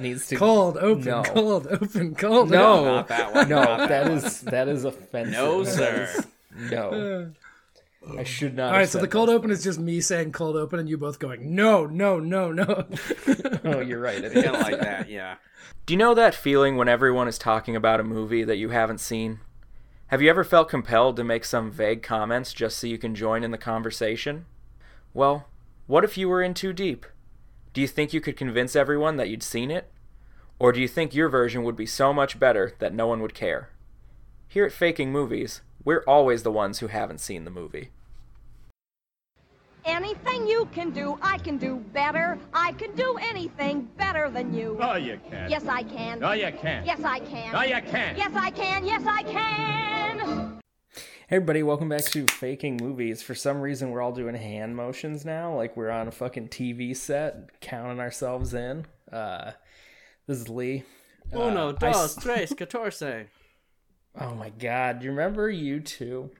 needs to Cold, open, No. cold, open, cold. No, not that one. no, not that is that is offensive. no, That sir. is- no. I should not. All right, so the cold open is just me saying cold open and you both going, no, no, no, no. Oh, you're right. It is. kind of like that. Yeah. Do you know that feeling when everyone is talking about a movie that you haven't seen? Have you ever felt compelled to make some vague comments just so you can join in the conversation? Well, what if you were in too deep? Do you think you could convince everyone that you'd seen it? Or do you think your version would be so much better that no one would care? Here at Faking Movies, we're always the ones who haven't seen the movie. Anything you can do, I can do better. I can do anything better than you. No, you can't. Yes, I can. No, you can't. Yes, I can. No, you can't. Yes, I can. Yes, I can. Hey everybody, welcome back to Faking Movies. For some reason, we're all doing hand motions now, like we're on a fucking TV set, counting ourselves in. Uh, this is Lee. Oh, Uno, Uh, I dos, s- tres, catorce. Oh my god, you remember you two?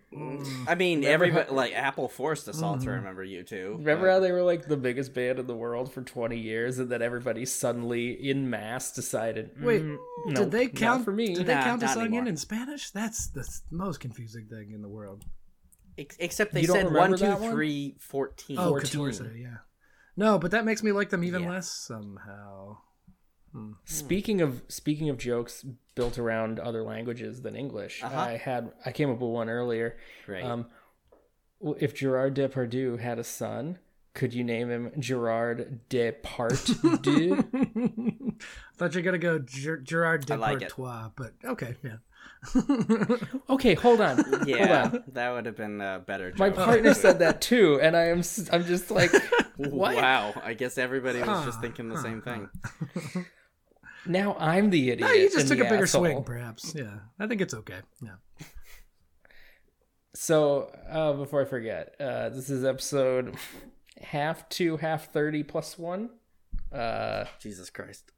I mean, everybody like Apple forced us all to remember you two. Mm. Remember how they were like the biggest band in the world for 20 years, and then everybody suddenly in mass decided, Wait, "Mm, did nope, they not count for me? Did they Nah, count the not song in anymore. in Spanish? That's the s- most confusing thing in the world. Ex- Except they You don't said remember one, two, that one? three, fourteen. Oh, 14. Catorce, yeah. No, but that makes me like them even Yeah. less somehow. Speaking of speaking of jokes built around other languages than English, Uh-huh. I had I came up with one earlier. Great. Um, w- if Gerard Depardieu had a son, could you name him Gerard Depardieu? Thought you're gonna go Ger- Gerard I like it. Depardieu, but okay, yeah. okay, hold on. Yeah, Hold on. that would have been a better. My joke. partner said that too, and I am s- I'm just like, what? Wow, I guess everybody was just thinking the same thing. Now I'm the idiot. No, you just and took a the bigger asshole. swing, perhaps. Yeah, I think it's okay. Yeah. So uh, before I forget, uh, this is episode half two, half thirty plus one, uh, Jesus Christ.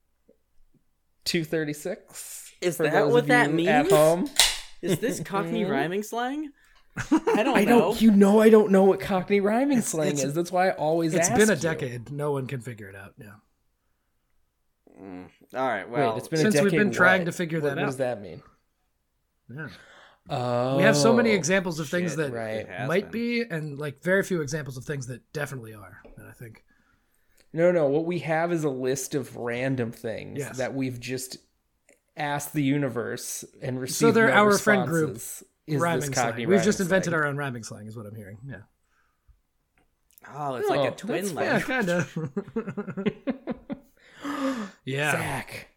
two thirty six. Is For that those what of that you At means? home, Is this Cockney rhyming slang? I don't I know. don't. You know, I don't know what Cockney rhyming slang it's- is. That's why I always. It's ask been a you. decade. No one can figure it out. Yeah. Mm. All right. Wait, Well, it's been Since a we've decade. been trying what? to figure What- that What does that out. mean? Yeah. Oh, We have so many examples of things that right. it has might be, been. and like very few examples of things that definitely are. And I think No, no. What we have is a list of random things Yes. that we've just asked the universe and received. they're no our friend group responses. Is this rhyming slang. Cockney We've just rhyming invented slang? our own rhyming slang, is what I'm hearing. Yeah. Oh, it's Oh, like a that's twin Yeah, kind language. of. yeah. Zach.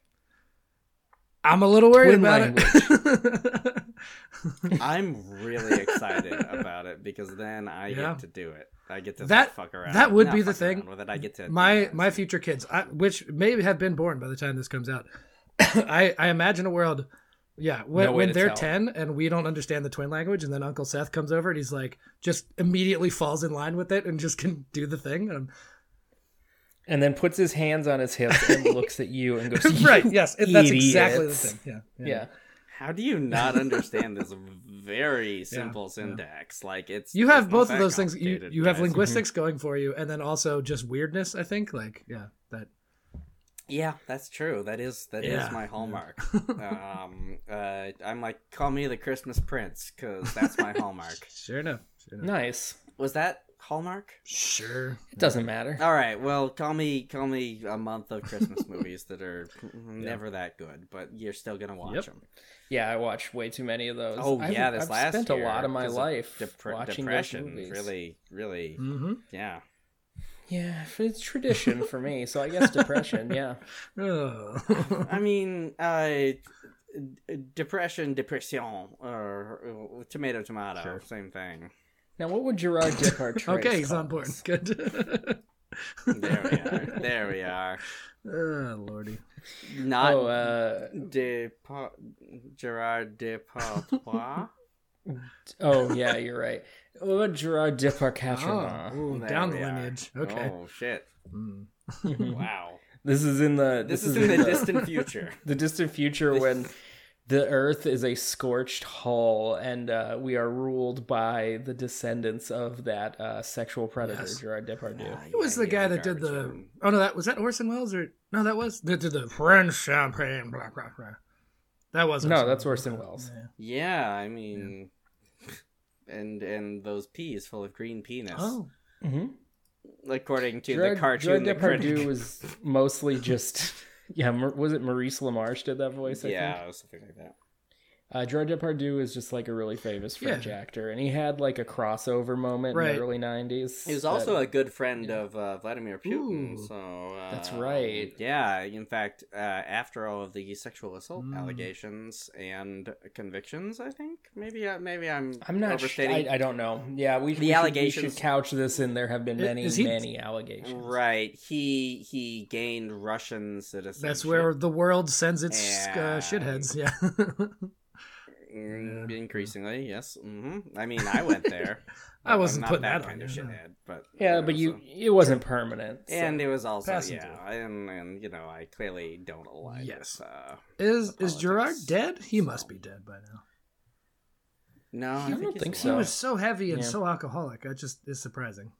I'm a little worried Twin about it. I'm really excited about it because then I Yeah. get to do it. I get to That- fuck around. that would Not be the fuck thing. around With it. I get to my my future kids, I, which may have been born by the time this comes out, I I imagine a world, yeah, when, No way when to they're tell. ten and we don't understand the twin language, and then Uncle Seth comes over and he's like, just immediately falls in line with it and just can do the thing. And and then puts his hands on his hips and looks at you and goes, I'm, right? Yes, it- that's exactly the idiots. thing. Yeah, Yeah. How do you not understand this very simple syntax? Like it's You have it's not both of that those things. You complicated, you have guys. linguistics going for you, and then also just weirdness. I think, like, yeah, that Yeah, that's true. That is that is Yeah. my hallmark. um, uh, I'm like, call me the Christmas Prince because that's my hallmark. sure enough, sure enough. Nice. Was that hallmark? sure. It doesn't matter. All right. Well, call me call me a month of Christmas movies that are never that good, but you're still gonna watch Yep. them. Yeah, I watched way too many of those. Oh I've- yeah, this I've last spent year, a lot of my 'cause life depre- watching depression. those movies. Really, really, Mm-hmm. yeah. Yeah, if it's tradition for me. So I guess depression. Yeah. Oh. I mean, uh, d- depression, depression, or uh, tomato, tomato, same thing. Now, what would Gerard Depardieu? okay, he's on call board. this? Good. There we are. there we are. oh, lordy. Not Oh, uh, de pa- Gerard Depardieu. oh yeah, you're right. What about Gerard Depardieu? Oh, ooh, There down the we are. lineage. Okay. Oh shit! Mm. Wow. Hmm. This is in the This, is in the distant future. the distant future when The earth is a scorched hull, and uh, we are ruled by the descendants of that uh, sexual predator, Yes. Gerard Depardieu. Ah, Who was the guy that did the? Oh no, that was that Orson Welles or no, that was that did the French champagne. Blah blah blah. That was No, that's Orson Welles. Yeah, I mean, and and those peas full of green penis. Oh, Mm-hmm. according to Gerard- the Gerard cartoon, the critic. Depardieu was mostly just yeah. Mar- Was it Maurice LaMarche did that voice? I yeah, think. or something like that. Uh, Gerard Depardieu is just like a really famous French Yeah. actor, and he had like a crossover moment in Right. the early '90s. He was also that- a good friend of uh, Vladimir Putin. Ooh. so uh, That's right. Yeah, in fact, uh, after all of the sexual assault Hmm. allegations and convictions, I think maybe uh, maybe I'm I'm not sure. overstating. I, I don't know. Yeah, we, we The should- we should, allegations- couch this in. There have been I- many, is he- many allegations. Right, he he gained Russian citizenship. that's where the world sends its uh, Yeah. shitheads. Yeah, Mm, increasingly, yes. hmm I mean, I went there. I I'm wasn't not putting that, that on kind of you, no. shithead, but Yeah, but you, so- it wasn't permanent. so- and it was also Passenger. yeah, and and you know, I clearly don't align. Yes. With, uh, is is Apologies. Gerard dead? He must be dead by now. no, I, don't think, think he's so. He was so heavy and Yeah. so alcoholic. That just is surprising.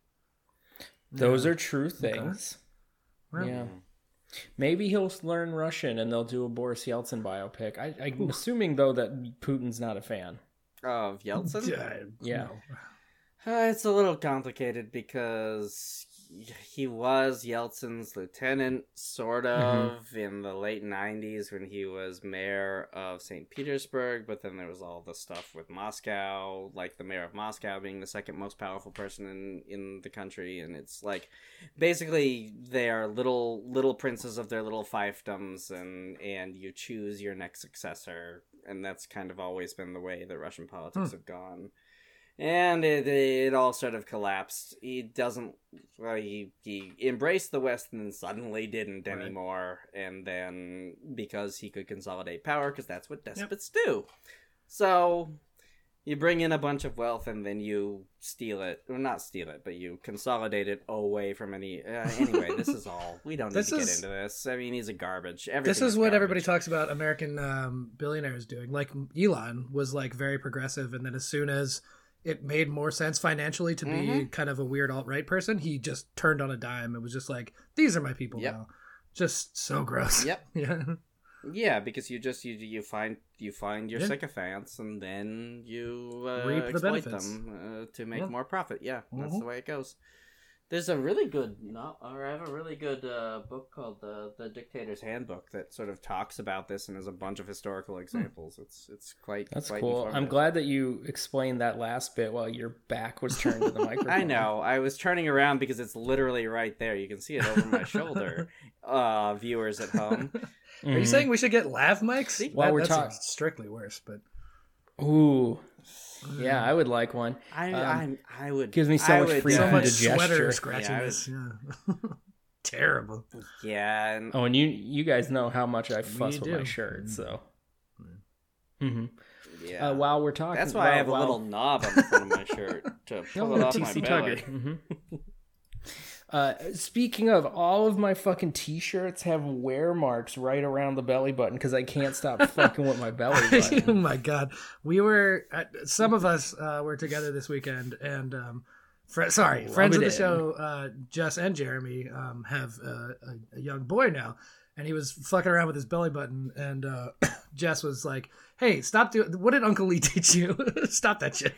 those are true things. Well, Yeah. Maybe he'll learn Russian and they'll do a Boris Yeltsin biopic. I, I'm assuming though that Putin's not a fan. of Yeltsin. yeah, Yeah. no. Uh, it's a little complicated because he was Yeltsin's lieutenant, sort of, in the late 90s when he was mayor of St. Petersburg, but then there was all the stuff with Moscow, like the mayor of Moscow being the second most powerful person in, in the country. And it's like basically they are little little princes of their little fiefdoms, and, and you choose your next successor. And that's kind of always been the way that Russian politics have gone and it, it all sort of collapsed. He doesn't. Well, he he embraced the West and then suddenly didn't Right. anymore. And then because he could consolidate power, because that's what despots do. So you bring in a bunch of wealth and then you steal it. Well, not steal it, but you consolidate it away from any. Uh, anyway, this is all. We don't need This to get is- into this. I mean, he's a garbage. Everything this is what garbage. everybody talks about american um, billionaires doing like elon was like very progressive and then as soon as it made more sense financially to be Mhm. kind of a weird alt-right person he just turned on a dime and was just like these are my people Yep. now just so gross Yep. yeah Yeah, because you just you you find you find your Yeah. sycophants and then you uh, Reap the exploit benefits. them uh, to make Yeah. more profit. Yeah, that's Mhm. the way it goes. There's a really good no, or I have a really good uh, book called the the Dictator's Handbook that sort of talks about this and has a bunch of Hmm. historical examples. It's it's quite That's quite cool. I'm informative. glad that you explained that last bit while your back was turned to the microphone. I know. I was turning around because it's literally right there. You can see it over my shoulder, uh, viewers at home. are you Mhm. saying we should get lav mics While we're that's talk- strictly worse but Ooh, yeah, I would like one. I Um, I'm, I would gives me so I much would, freedom so Yeah. much to sweater Indigestion. scratchiness yeah, terrible Yeah, and Oh, and you you guys know how much I fuss We with do. my shirt, so. hmm yeah. Uh, while we're talking, That's why I well, have a while- little knob on the front of my shirt to pull it off my belly. Mhm. Uh, speaking of, all of my fucking t-shirts have wear marks right around the belly button because I can't stop fucking with my belly button. oh my god we were uh, some of us uh, were together this weekend and um, fr- sorry Rub friends it of the in. show uh, jess and jeremy um, have uh, a, a young boy now and he was fucking around with his belly button and uh, jess was like hey stop doing what did uncle lee teach you stop that shit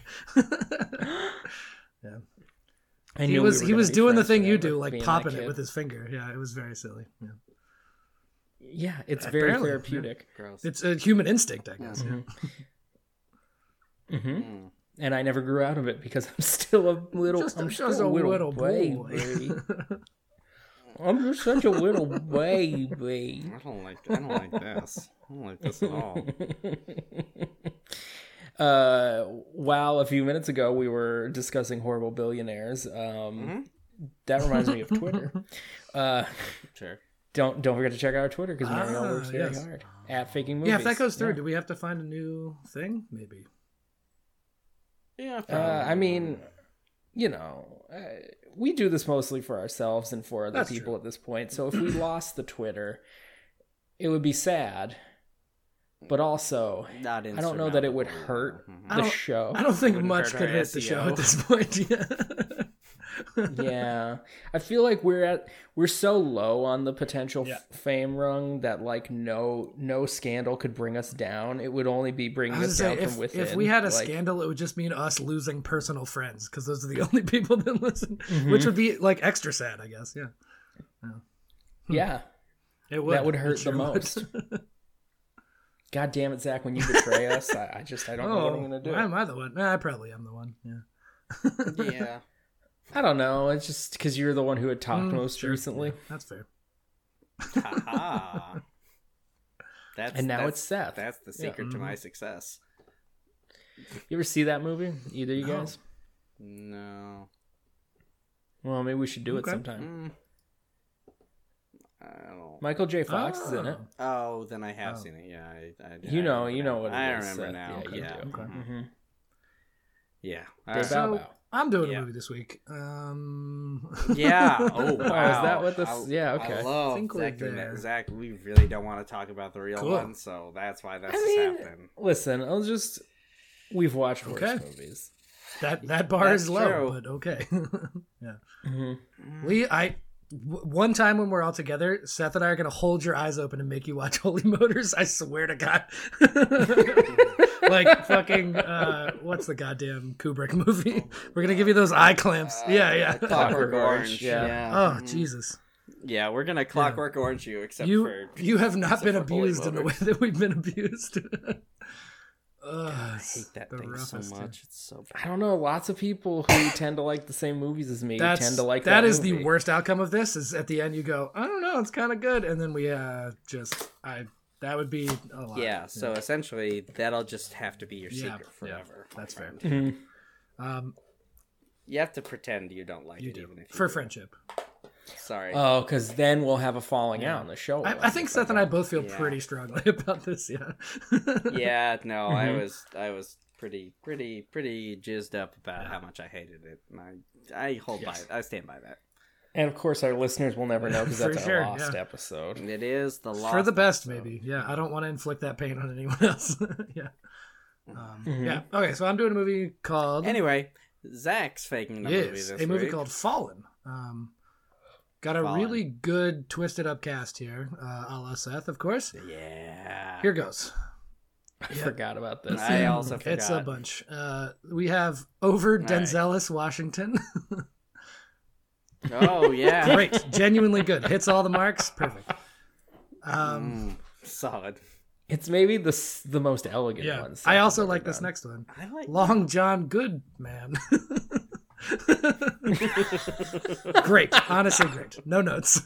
I he knew we was were he gonna was be doing the friends thing you forever, do like being that popping it kid. with his finger yeah it was very silly yeah. Yeah, it's very Apparently, yeah. therapeutic. Gross. it's a human instinct i guess yeah. Mm-hmm. hmm Mm. And I never grew out of it because I'm still a little. Just- I'm just still a a little, little boy. baby. I'm just such a little baby. I don't like. I don't like this. I don't like this at Oh. all. uh, while a few minutes ago we were discussing horrible billionaires, um, Mm-hmm. that reminds me of Twitter. Uh, Sure. don't don't forget to check out our Twitter because Mariel Ah, works very yes. hard at faking movies. yeah if that goes through Yeah. do we have to find a new thing maybe Yeah. Uh, I mean, you know, uh, we do this mostly for ourselves and for other That's people true. at this point. So if we lost the Twitter, it would be sad. but also Not I don't know that it would hurt I the don't- show. I don't think Wouldn't much hurt could our hit the show SEO. at this point. Yeah. uh, yeah i feel like we're at we're so low on the potential Yeah. f- fame rung that like no no scandal could bring us down it would only be I bringing was us down saying, from if, within if we had a like, scandal, it would just mean us losing personal friends because those are the only people that listen, Hmm. which would be like extra sad, I guess. Yeah, yeah it would. that would It hurt sure the would. most god damn it zach when you betray us I, I just i don't know what i'm oh, gonna do why am I the one? Nah, I probably am the one. Yeah. Mm-hmm. Yeah. i don't know it's just because you're the one who had talked Mm, most sure. recently Yeah, that's fair. Haha. That's, And now that's- it's Seth. That's the Yeah. Mm-hmm. secret to my success. you ever see that movie either you No. guys No. well maybe we should do Okay. it sometime Mm. I don't. michael j fox is in it Oh, Oh, then I have Oh. seen it. Yeah, I, I, you I know remember you now. know what it I is, remember Seth. now. yeah, you Yeah, do. Okay. Mhm. yeah. They Alright. bow Ah. So- bow. I'm doing Yeah. a movie this week. Um, yeah. Oh, wow. that what this- I- yeah, okay. I love Think we're Zach doing that. there. Zach, we really don't want to talk about the real Cool. one, so that's why that's I just mean, happening. Listen, I'll just. We've watched worse Okay. movies. that that bar That's is low, true. but okay. yeah, Mm-hmm. Mm-hmm. we I w- one time when we're all together, Seth and I are gonna hold your eyes open and make you watch Holy Motors. I swear to God, like fucking uh, what's the goddamn Kubrick movie? Oh We're gonna give you those eye clamps. yeah, yeah. Clockwork Orange. Orange, yeah. Yeah. Oh Mhm. Jesus! Yeah, we're gonna Clockwork Orange you, except you for you have not except been for Holy abused in the way Motors. that we've been abused. Ugh, I hate that the thing so roughest, dude. much. It's so I bad. don't know. Lots of people who tend to like the same movies as me That's tend to like that. that is the movie. worst outcome of this. Is at the end you go, I don't know, it's kind of good, and then we uh just I that would be a lot. Yeah, so essentially that'll just have to be your Yeah, secret yeah, forever. my that's fair. friend. Mhm. um, You have to pretend you don't like you it do even if you for Uh, do. friendship. Sorry. Oh, because then we'll have a falling out in the show. will I, I think end. Seth and I both feel Yeah. pretty strongly about this. Yeah, yeah, no, I mm-hmm. Mhm. was I was pretty pretty pretty jizzed up about how much I hated it. And I I hold Yes. by I stand by that. and of course, our listeners will never know because For that's our sure, lost yeah. episode. It is the lost for the best, episode. maybe. Yeah, I don't want to inflict that pain on anyone else. yeah. Mm-hmm. Um, Mhm. Yeah. Okay, so I'm doing a movie called Anyway, Zach's faking the movie Yes, this a movie week. called Fallen. Um, got a Fallen. really good twisted up cast here, uh, a la Seth, of course. Yeah. Here goes. I Yeah. forgot about this. I also forgot. It's a bunch. Uh, we have over right. Denzelis Washington. Oh yeah. Great, genuinely good. Hits all the marks. Perfect. Um, Mm, solid. It's maybe the s- the most elegant yeah, one. Seth I has also ever like this done. next one. I like Long John Goodman. great. Honestly, great. No notes.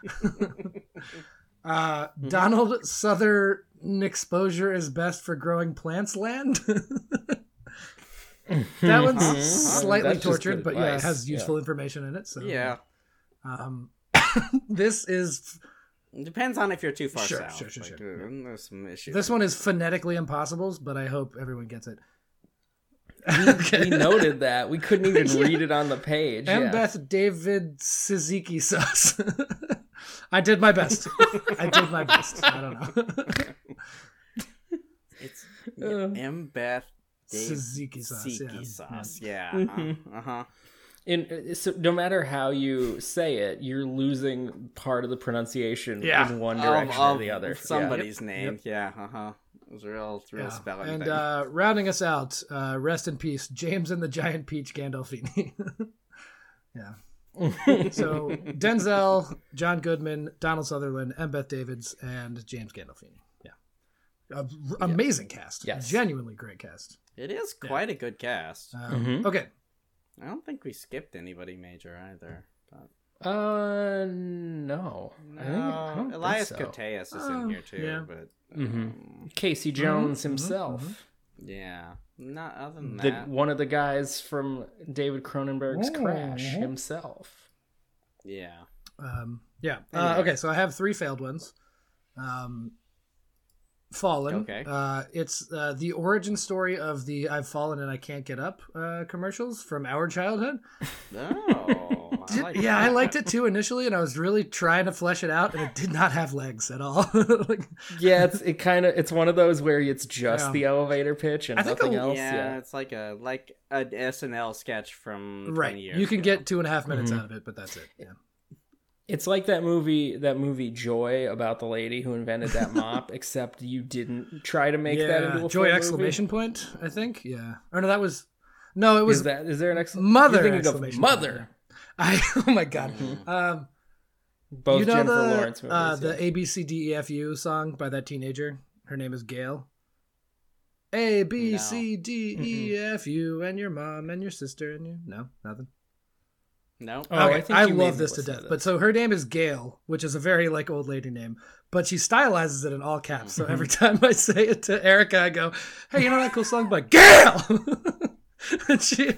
uh, Hmm. Donald Southern exposure is best for growing plants land. that one's Mhm. slightly Hmm. That's just tortured, good but yeah, it advice. has Yeah. useful information in it. So Yeah. Um, this is Depends on if you're too far Sure, south. sure, sure, Like, sure. uh, There's some issues. this one is phonetically impossible, but I hope everyone gets it. We noted that we couldn't even read it on the page. And yeah. Beth David Suzuki sauce. I did my best. I did my best. I don't know. It's Uh. M. Beth Suzuki sauce. yeah. Siki sauce. Yeah. Uh-huh. uh-huh. And uh, so, no matter how you say it, you're losing part of the pronunciation Yeah. in one Of- direction of or the other. Yeah. Somebody's name. Yeah. Uh huh. It was a real, real Yeah. spelling And thing. uh, rounding us out, uh, rest in peace, James and the Giant Peach Gandolfini. yeah. so Denzel, John Goodman, Donald Sutherland, M. Beth Davids, and James Gandolfini. Yeah. A- amazing cast. Yes. Genuinely great cast. it is quite a good cast. Um, Mhm. Okay. I don't think we skipped anybody major either. But Uh, no. I think- I no, don't Elias think so. Koteas is Oh, in here too, yeah. but um, Mhm. Casey Mm-hmm. Jones himself, yeah, not other than the that. one of the guys from David Cronenberg's Ooh. Crash himself. Yeah, Um, yeah. Uh, Anyway. okay, so I have three failed ones. Um, fallen. Okay. Uh, it's uh, the origin story of the "I've fallen and I can't get up" uh, commercials from our childhood. oh, did- like yeah, that. I liked it too initially, and I was really trying to flesh it out, and it did not have legs at all. like, Yeah, it's it kind of it's one of those where it's just Yeah. the elevator pitch and I think nothing the- else. yeah, Yeah. it's like a like an SNL sketch from right, 20 years you can ago. get two and a half minutes Mhm. out of it, but that's it. Yeah. It's like that movie that movie Joy about the lady who invented that mop, except you didn't try to make that Yeah, into a full joy movie. exclamation point. I think. Yeah. Or no, that was. No, it was Is that is there an exclamation? Mother You're thinking of exclamation mother. Mm-hmm. I. Oh my god. Mm-hmm. Um, Both you know Jennifer the Lawrence movies. uh, the yeah. A B C D E F U song by that teenager. Her name is Gail. A B No. C D E F U and your mom and your sister and you. No, nothing. Nope. Oh, I okay, think I, you made love me this to listen death. to But so her name is Gail, which is a very like old lady name, but she stylizes it in all caps. So every time I say it to Erica, I go, "Hey, you know that cool song by Gail?" and she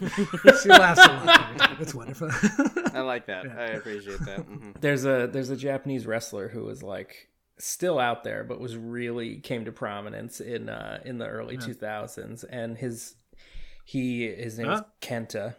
she laughs a lot. It's wonderful. I like that. I appreciate that. hmm there's a there's a Japanese wrestler who was like still out there but was really came to prominence in uh in the early 2000s and his he his name is Huh? Kenta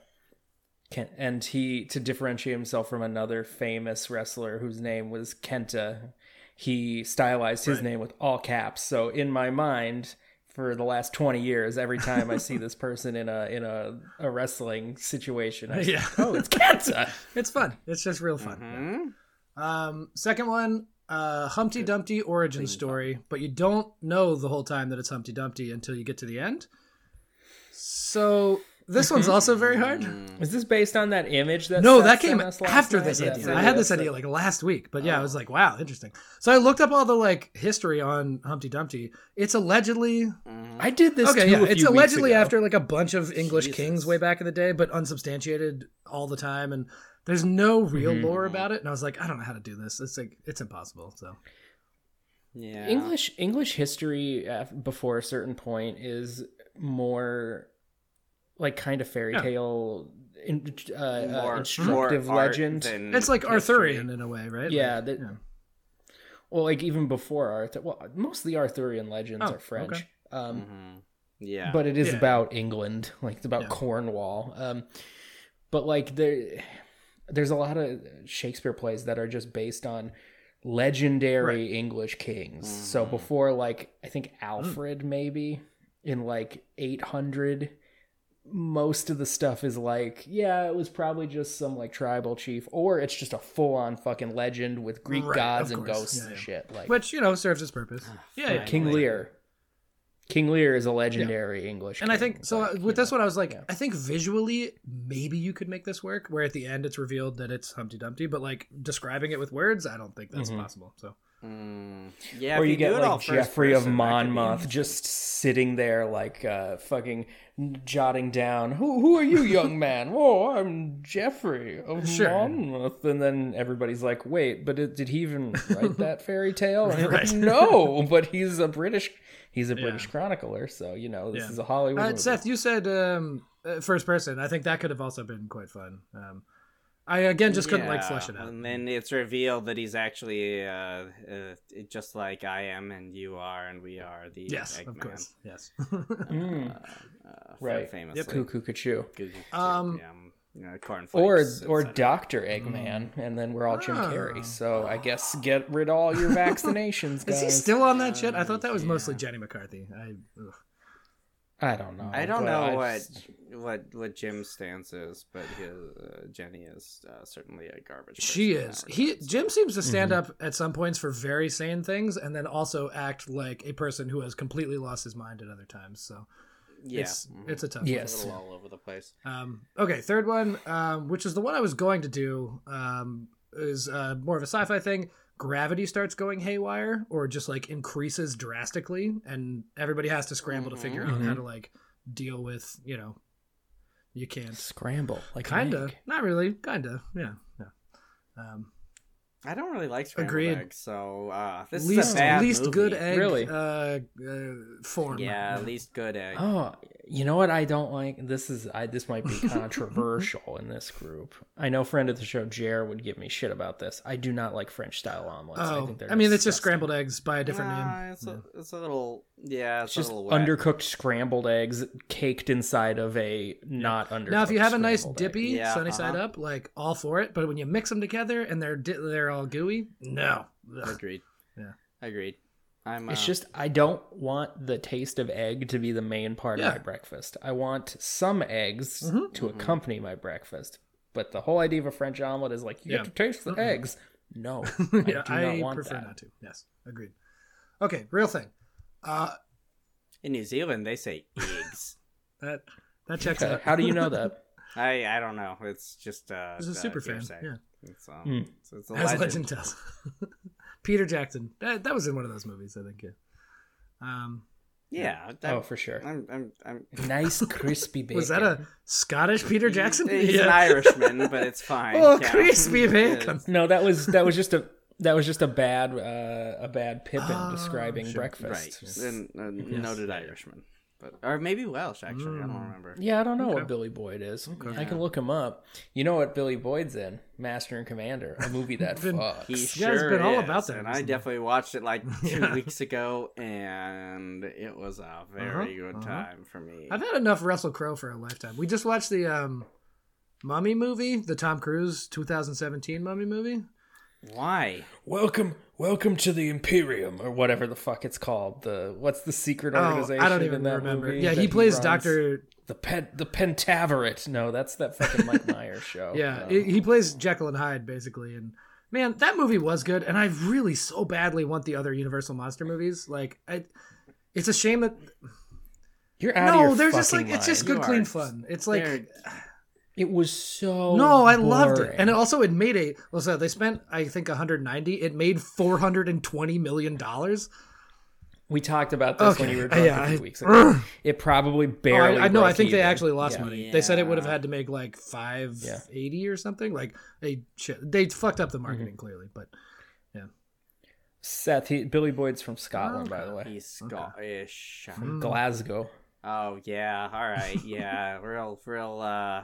Ken, and he to differentiate himself from another famous wrestler whose name was Kenta he stylized his name with all caps so in my mind for the last 20 years every time i see this person in a in a, a wrestling situation i Yeah. yeah. oh Mm-hmm. it's Kenta it's fun. It's just real fun. Mm-hmm. Um, second one, uh, Humpty Dumpty origin story, but you don't know the whole time that it's Humpty Dumpty until you get to the end. So this one's also very hard. Is this based on that image that? No, Seth that sent came us last after night? this Yeah, idea. so I had yeah, this so- idea like last week, but yeah, I Oh. was like, wow, interesting. So I looked up all the like history on Humpty Dumpty. It's allegedly Mm-hmm. I did this. okay, too yeah, a few it's weeks allegedly ago. after like a bunch of English kings way back in the day, but unsubstantiated all the time, and there's no real Mm-hmm. lore about it. And I was like, I don't know how to do this. It's like it's impossible. So Yeah. English English history af- before a certain point is more like kind of fairy Yeah. tale in, uh, uh, More- instructive more art legend. than it's like history. Arthurian in a way, right? Yeah, Like, that- Well, like even before Arthur. Well, most of the Arthurian legends Oh, are French. okay. Um, Mm-hmm. Yeah. but it is Yeah. about England, like it's about Yeah. Cornwall. Um, but like there, there's a lot of Shakespeare plays that are just based on legendary English kings. So before like I think Alfred Mm. maybe in like 800 most of the stuff is like yeah it was probably just some like tribal chief or it's just a full-on fucking legend with greek Right, gods of and course. ghosts Yeah, and yeah. shit like Ah, which you know serves its purpose. Yeah, yeah. King Lear. King Lear is a legendary English. And I king, think so. like, uh, you with know. this one, I was like, yeah. I think visually, maybe you could make this work. Where at the end, it's revealed that it's Humpty Dumpty, but like describing it with words, I don't think that's Mm-hmm. possible. So Mm. yeah. or if you, do get it all like first Jeffrey of person, that could be Monmouth just sitting there, like uh, fucking jotting down, "Who who are you, young man? oh, I'm Jeffrey of Sure. Monmouth." And then everybody's like, "Wait, but it, did he even write that fairy tale?" And you're like, Right. no, but he's a British, he's a British chronicler, so you know this Yeah. is a Hollywood. Uh, movie. Seth, you said um, uh, first person. I think that could have also been quite fun. Um, I again just couldn't like Yeah, flesh it out. And then it's revealed that he's actually uh, uh, it- just like I am and you are and we are the Yes, Eggman. of course. Yes. Mm, Uh, Right. Famously. cuckoo cuckoo. Google. Um, yeah, um, you know, or cornflakes, or etc. Doctor Mm. Eggman, and then we're all Jim Oh. Carrey. So I guess get rid of all your vaccinations, guys. Is he still on that shit? I thought that was mostly Jenny McCarthy. I, ugh. I don't know. I don't but know I what just- what what Jim's stance is, but his, uh, Jenny is uh, certainly a garbage. She person in is. that He regard, so- Jim seems to stand Mm-hmm. up at some points for very sane things, and then also act like a person who has completely lost his mind at other times. So yeah, Mm-hmm. it's it's a tough. Yes. a little all over the place. Um, okay, third one, um, which is the one I was going to do, um, is uh, more of a sci-fi thing. Gravity starts going haywire, or just like increases drastically, and everybody has to scramble to figure Mm-hmm. out how to like deal with. You know, you can't scramble like kind of Hank. not really kind of yeah yeah. Um, I don't really like scrambled Agreed. eggs, so uh, this is least a bad least movie. good egg Really? uh, uh, form. Yeah, least good egg. Oh, you know what I don't like? This is I this might be controversial in this group. I know friend of the show Jer would give me shit about this. I do not like French style omelets. I Oh, think they're I, mean, it's just disgusting. scrambled eggs by a different Nah, name. It's a, it's a little yeah, it's, It's just a little wet. undercooked scrambled eggs caked inside of a not undercooked. Now, if you have a nice scrambled egg. dippy, Yeah, sunny side uh-huh. up, like all for it. But when you mix them together and they're di- they're all gooey, no. Ugh. Agreed. Yeah. agreed. I'm. It's uh, just I don't want the taste of egg to be the main part Yeah. of my breakfast. I want some eggs Mhm. to mm-hmm. accompany my breakfast. But the whole idea of a French omelet is like you Yeah. get to taste the Mm-mm. eggs. No, I do yeah, not Mm-hmm. I, want prefer that. not to. Yes, agreed. Okay, real thing. Uh, in New Zealand they say eggs. that that checks Okay, out. How do you know that? Oh, I I don't know. It's just uh, As a uh, super fan, hearsay. yeah, It's, um, Hmm. it's, it's a as legend. legend tells. Peter Jackson. That, that was in one of those movies, I think. Yeah. Um, Yeah. that- Oh, for sure. I'm. I'm. I'm Nice crispy bacon. was that a Scottish Peter Jackson? He's an Yeah. Irishman, but it's fine. Oh, yeah. crispy bacon. No, that was that was just a that was just a bad uh, a bad Pippin Oh, describing sure. Right. breakfast. And, and Yes. noted Irishman. But, or maybe Welsh, actually. I Mm. don't remember. Yeah, I don't know Okay. what Billy Boyd is. Okay. I can look him up. You know what Billy Boyd's in? Master and Commander, a movie that Then fucks. He Yeah, sure it's been all is, about that and I recently. definitely watched it like two Yeah. weeks ago, and it was a very Uh-huh, good uh-huh. time for me. I've had enough Russell Crowe for a lifetime. We just watched the um, Mummy movie, the Tom Cruise 2017 Mummy movie. Why? Welcome, welcome to the Imperium, or whatever the fuck it's called. The what's the secret Oh, organization? I don't even in that remember. movie Yeah, that he plays runs? Doctor. the pet the Pentaveret. No, that's that fucking Mike Myers show. Yeah, Um, he he plays Jekyll and Hyde basically. And man, that movie was good. And I really so badly want the other Universal monster movies. Like, I, it's a shame that you're out of no, your they're just like fucking it's just mind. good, You clean are- fun. It's like They're- It was so No, I loved it, boring. and it also it made a. Well, so they spent I think 190. It made 420 million dollars. we talked about this when Okay, you were drunk yeah, a few I- weeks ago. It probably Oh, barely. I, I know. I broke think they even. actually lost Yeah. money. They said it would have Yeah. had to make like 580 or something. Like they shit, they fucked up the Mm-hmm. marketing clearly. But Seth, he, Billy Boyd's from Scotland, by the way, He's Scottish. Hmm. from Glasgow. Oh yeah, all right, yeah, real, real. uh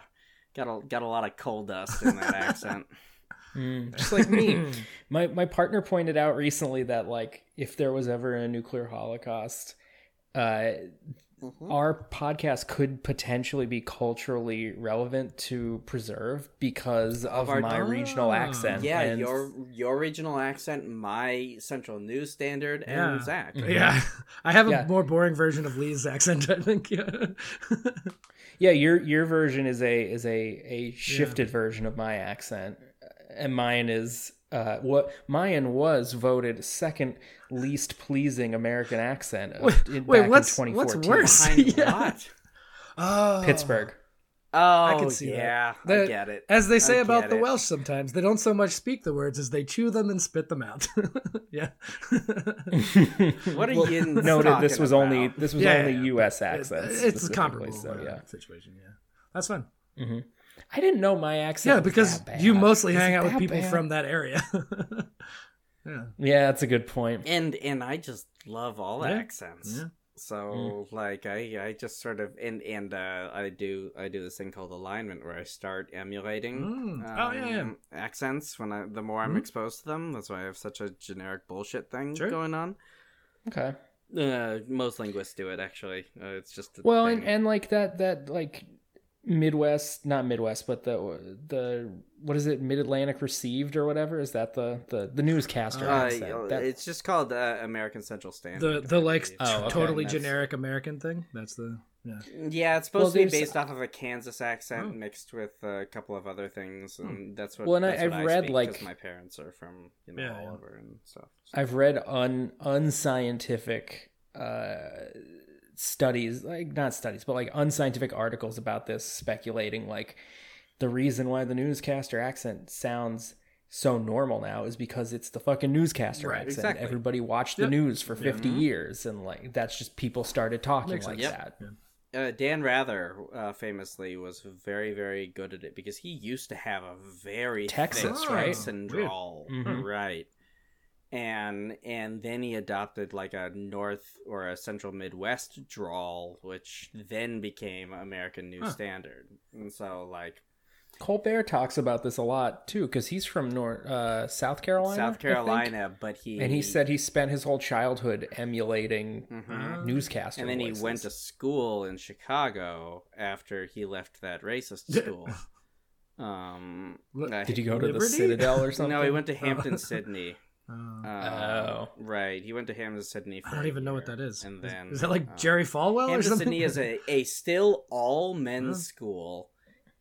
Got a got a lot of coal dust in that accent. just like me. Mm. my my partner pointed out recently that like if there was ever a nuclear holocaust, uh, our podcast could potentially be culturally relevant to preserve because of, our- my regional Oh. accent. Yeah, and- your your regional accent, my central news standard, and Yeah. Zach. yeah, I have a Yeah. more boring version of Lee's accent. I think. yeah Yeah. your your version is a is a a shifted version of my accent, and mine is. Uh, what mine was voted second least pleasing American accent of, in, wait, back what's- in 2014. what's worse? Behind Yeah. what? oh, Pittsburgh. Oh, I can see that. yeah, I That- get it. As they say I about get the it. Welsh, sometimes they don't so much speak the words as they chew them and spit them out. yeah. What are you noted this was only this was Yeah, only yeah, U.S. accents. It's- It's specifically, comparable So uh, yeah, situation. Yeah, that's fun. I didn't know my accent. Yeah, was because that bad. you mostly Is hang it out with that people bad? from that area. Mm, Yeah, that's a good point. and and I just love all Yeah, accents. yeah. Mm. So like I I just sort of and and uh, I do I do this thing called alignment where I start emulating Mm. Oh, yeah, yeah. um, accents when I the more I'm Mhm. exposed to them that's why I have such a generic bullshit thing Sure. going on. Okay. Uh, most linguists do it actually. Uh, it's just a Well, and, thing. and like that that like Midwest, not Midwest, but the the what is it? Mid Atlantic received or whatever? Is that the the the newscaster Uh, uh, accent? That- it's just called uh, American Central Standard. the the I like believe. Oh, okay. totally That's- generic American thing. That's the yeah. Yeah, it's Well, supposed to be there's- based off of a Kansas accent Oh. mixed with uh, a couple of other things, and that's what. Hmm. Well, and I- that's what I've read, speak, like- 'cause my parents are from you know Yeah, all yeah. over and stuff. So- I've read un unscientific uh, studies, like not studies, but like unscientific articles about this, speculating like the reason why the newscaster accent sounds so normal now is because it's the fucking newscaster Right, accent. exactly. Mm-hmm. Everybody watched the Yep. news for fifty years, and like that's just people started talking Makes like sense. that. uh, Dan Rather uh, famously was very, very good at it because he used to have a very thick Texas, Oh, right? Texan weird. Mm-hmm. drawl, Mhm. right? And and then he adopted like a North or a Central Midwest drawl, which then became American New Huh. Standard. And so like Colbert talks about this a lot too, because he's from North uh, South Carolina, I South think. Carolina, but he and he said he spent his whole childhood emulating Mhm. newscaster. and then he voices. went to school in Chicago after he left that racist school. Um, Li- uh, Did he go to the Liberty? Citadel or something? No, he went to Hampton, Oh. Sydney. Uh, Um, Oh. right. He went to Hampton, Sydney. For I don't a even know what year, that is. And Is- then is, that like uh, Jerry Falwell or Hampton, something? Sydney is a, a still all men's Huh? school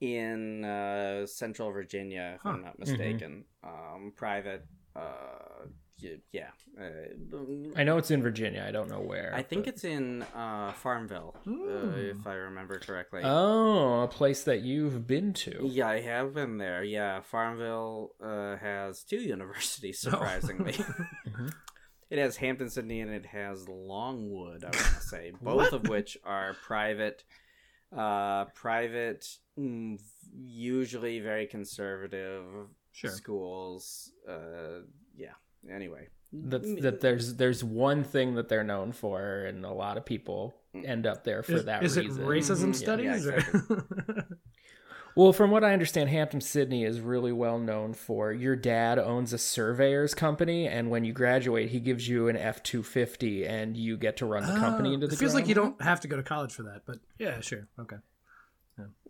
in uh, Central Virginia, if I'm Huh. not mistaken. Um, private. Uh, y- yeah. Uh, I know it's in Virginia. I don't know where. I think but- it's in uh, Farmville, uh, Hmm. if I remember correctly. Oh, a place that you've been to. Yeah, I have been there. Yeah, Farmville uh, has two universities, Oh. Mm-hmm. surprisingly. Mhm. It has Hampton Sydney and it has Longwood, I want to say, both What? of which are private, uh, private, mm, usually very conservative Sure. schools. Uh, yeah. Anyway, Mm, That that there's there's one thing that they're known for, and a lot of people Mm. end up there for Is, that is it reason. Mm-hmm. racism Mhm. Yeah, yeah, studies? or- Well, from what I understand, Hampton Sydney is really well known for your dad owns a surveyor's company, and when you graduate, he gives you an F two fifty, and you get to run the company Oh, into the. it feels like ground. you don't have to go to college for that, but yeah, sure, okay.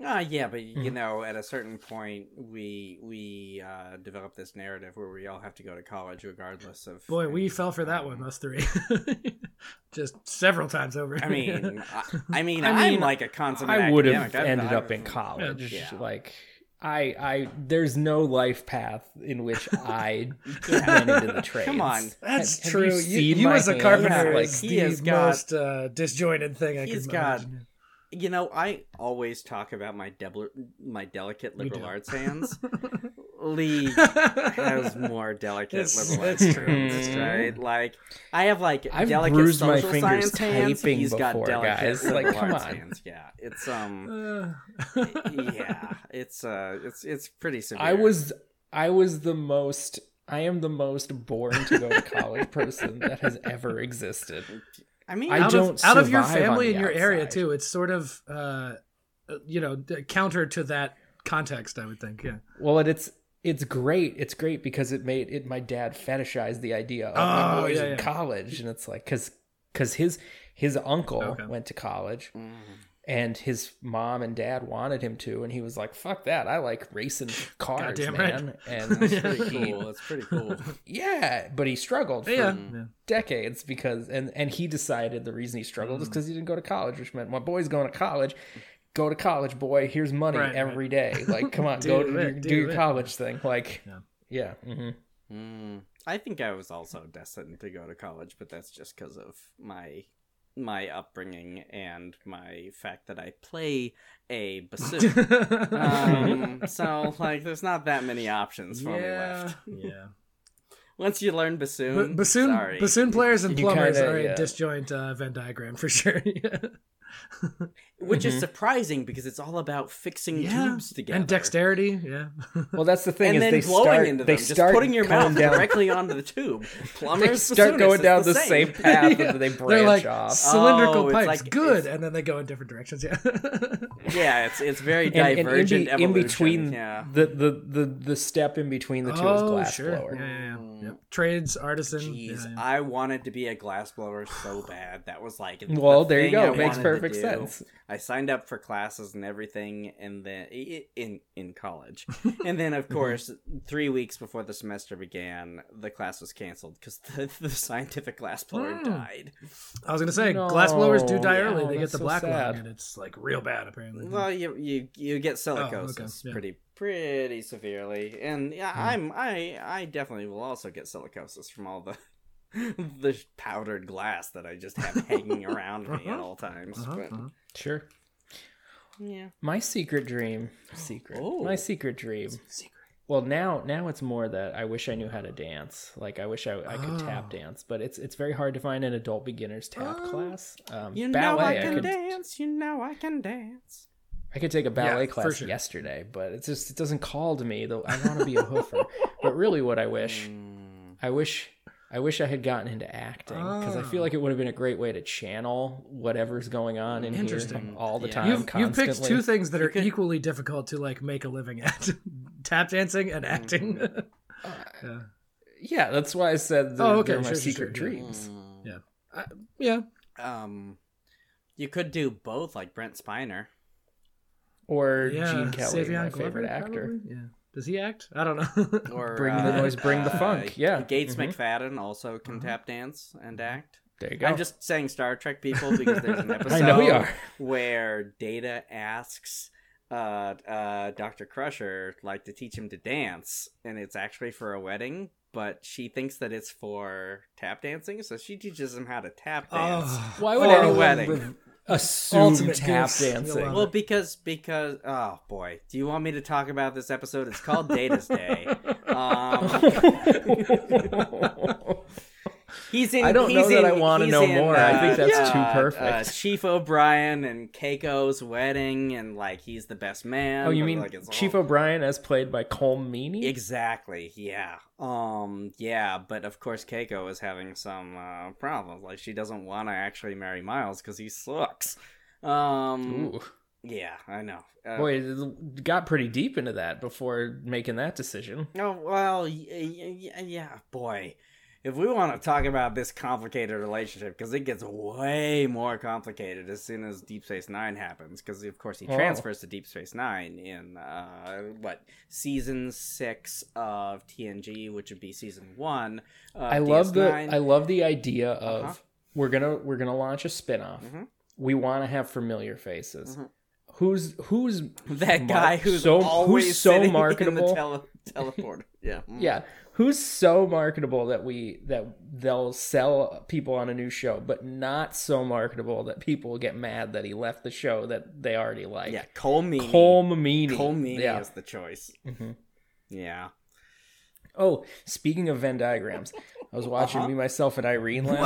Ah, yeah, but Mm-hmm. you know, at a certain point, we we uh, develop this narrative where we all have to go to college, regardless of. Boy, we any- fell for that one, um, us three, just several times over. I mean, I, I mean, I I am mean, like a consummate. I would have academic. I've- ended I've- up in college. Yeah. Like I, I, there's no life path in which I went into the trades. Come on. That's Have- have true. you You, seen you my as a hands? carpenter Like, is he the has got- most uh, disjointed thing I he's could got- imagine. You know, I always talk about my debl- my delicate You liberal do. arts hands. Lee has more delicate It's- liberal arts it's true, hands, it's true. right? Like, I have like I've delicate bruised my social fingers science hands. typing He's got before, delicate guys. Like, liberal come arts on. hands. Yeah, it's um. Uh, yeah, it's uh, it's it's pretty severe. I was, I was the most. I am the most born to go to college person that has ever existed. I mean, I out don't of, out of your survive on family the and your area outside. too. It's sort of uh, you know d- counter to that context. I would think. Yeah. Well, and it's it's great. It's great because it made it. My dad fetishized the idea of my Oh, boys yeah, in yeah. college, and it's like because because his his uncle Okay. went to college, Mm. and his mom and dad wanted him to, and he was like, "Fuck that! I like racing cars, Goddamn right. man." That's And pretty he- cool. That's pretty cool. yeah, but he struggled for Yeah. Mm. yeah. decades because, and and he decided the reason he struggled is Mm. because he didn't go to college, which meant my boy's going to college. Go to college, boy. Here's money Right, every day. Like, come on, go Do to it, your, do do your it. college thing. Like, Yeah. yeah. mhm. Mm. I think I was also destined to go to college, but that's just because of my my upbringing and my fact that I play a bassoon. um, so like, there's not that many options for me yeah. left. yeah. Once you learn bassoon, Ba- bassoon sorry. bassoon players and You plumbers kinda- are yeah. a disjoint uh, Venn diagram for sure. yeah. which is Mhm. surprising because it's all about fixing Yeah. tubes together And dexterity. Yeah. Well, that's the thing And is then they blowing start into them, they just start putting your going mouth down, directly onto the tube. Plumbers, They start bassoonists, going it's down the the same path, Yeah. and they branch They're like off. cylindrical Oh, it's pipes. like- Good. it's- And then they go in different directions. Yeah. Yeah, it's it's very And- and in divergent be- in, evolution. between yeah. the, the, the, the step in between the two is Oh, glass blower. Oh, Yeah, yeah, yeah. Mm. Yep. Trades, artisan. yeah, Jeez, yeah. I wanted to be a glassblower so bad. That was like the Well, there you thing go. I It makes wanted to perfect do. sense. I signed up for classes and everything, and then i- i- in in college, and then of course, three weeks before the semester began, the class was canceled because the, the scientific glassblower Mm. died. I was gonna say No. glass blowers do die Yeah, early. They that's get the so black sad. lung, and it's like real bad Mm-hmm. apparently. Uh-huh, Well, you you you get Oh, silicosis yeah. pretty pretty severely, and yeah, Hmm. I'm I I definitely will also get silicosis from all the the powdered glass that I just have hanging around me at Uh-huh. all times. Uh-huh, But uh-huh. Sure. yeah, My secret dream, secret. Oh. My secret dream Well, now now it's more that I wish I knew how to dance. Like I wish I, I could Ah. Oh. tap dance, but it's it's very hard to find an adult beginners tap Um, class. Um, Ah. You know ballet, I I, can could dance. You know I can dance. I could take a ballet Yeah, for class sure. yesterday, but it's just it doesn't call to me. Though I want to be a hoofer, but really, what I wish, Mm. I wish, I wish I had gotten into acting because I feel Oh. like it would have been a great way to channel whatever's going on in here Interesting. all the Yeah. time. You've, you've constantly. picked two things that are equally difficult to like make a living at: tap dancing and acting. Mm. yeah. Yeah, that's why I said the, Oh, okay, they're my sure, sure, secret sure, yeah. dreams. yeah. Mm. Um, you could do both, like Brent Spiner. Or Yeah. Gene Kelly, Savion my Glover, favorite actor. probably? Yeah. Does he act? I don't know. Or Bring uh, the noise, bring the funk. uh, Yeah. Uh-huh. Mm-hmm. Gates Mhm. McFadden also can tap dance and act. There you go. I'm just saying Star Trek people because there's an episode I know we are. where Data asks uh, uh, Dr. Crusher like to teach him to dance, and it's actually for a wedding, but she thinks that it's for tap dancing, so she teaches him how to tap dance. oh. Why would would For a anyone anyone wedding. rev- assume Ultimate tap gifts. You'll dancing? love Well, because because oh boy, do you want me to talk about this episode? It's called Data's Day. Um, he's in. I don't he's know that in- I wanna he's know in, more. I think uh, that's too uh, perfect. Uh, Chief O'Brien and Keiko's wedding, and like he's the best man. oh, you but, mean like, it's all- Chief O'Brien as played by Cole Meany? Exactly. Yeah. Um. Yeah. But of course, Keiko is having some uh, problems. Like she doesn't want to actually marry Miles because he sucks. Um. Ooh. Yeah. I know. Uh, Boy, it got pretty deep into that before making that decision. Oh well. y- y- y- yeah. Boy. If we want to talk about this complicated relationship, because it gets way more complicated as soon as Deep Space Nine happens, because of course he Oh. transfers to Deep Space Nine in uh, what season six of TNG, which would be season one. Of I love the DS9. I love the idea of Uh-huh. we're gonna we're gonna launch a spinoff. Mm-hmm. Mhm. We want to have familiar faces. Mhm. Who's who's Mm-hmm. that mar- guy who's so always who's so sitting in marketable? the tele- teleporter. Yeah, Mm. yeah, who's so marketable that we that they'll sell people on a new show, but not so marketable that people get mad that he left the show that they already like. yeah. Cole Meany. Cole Meany. Cole Meany Yeah. is the choice. Mhm. Yeah. Oh, speaking of Venn diagrams, I was watching me myself and Irene last Uh-huh.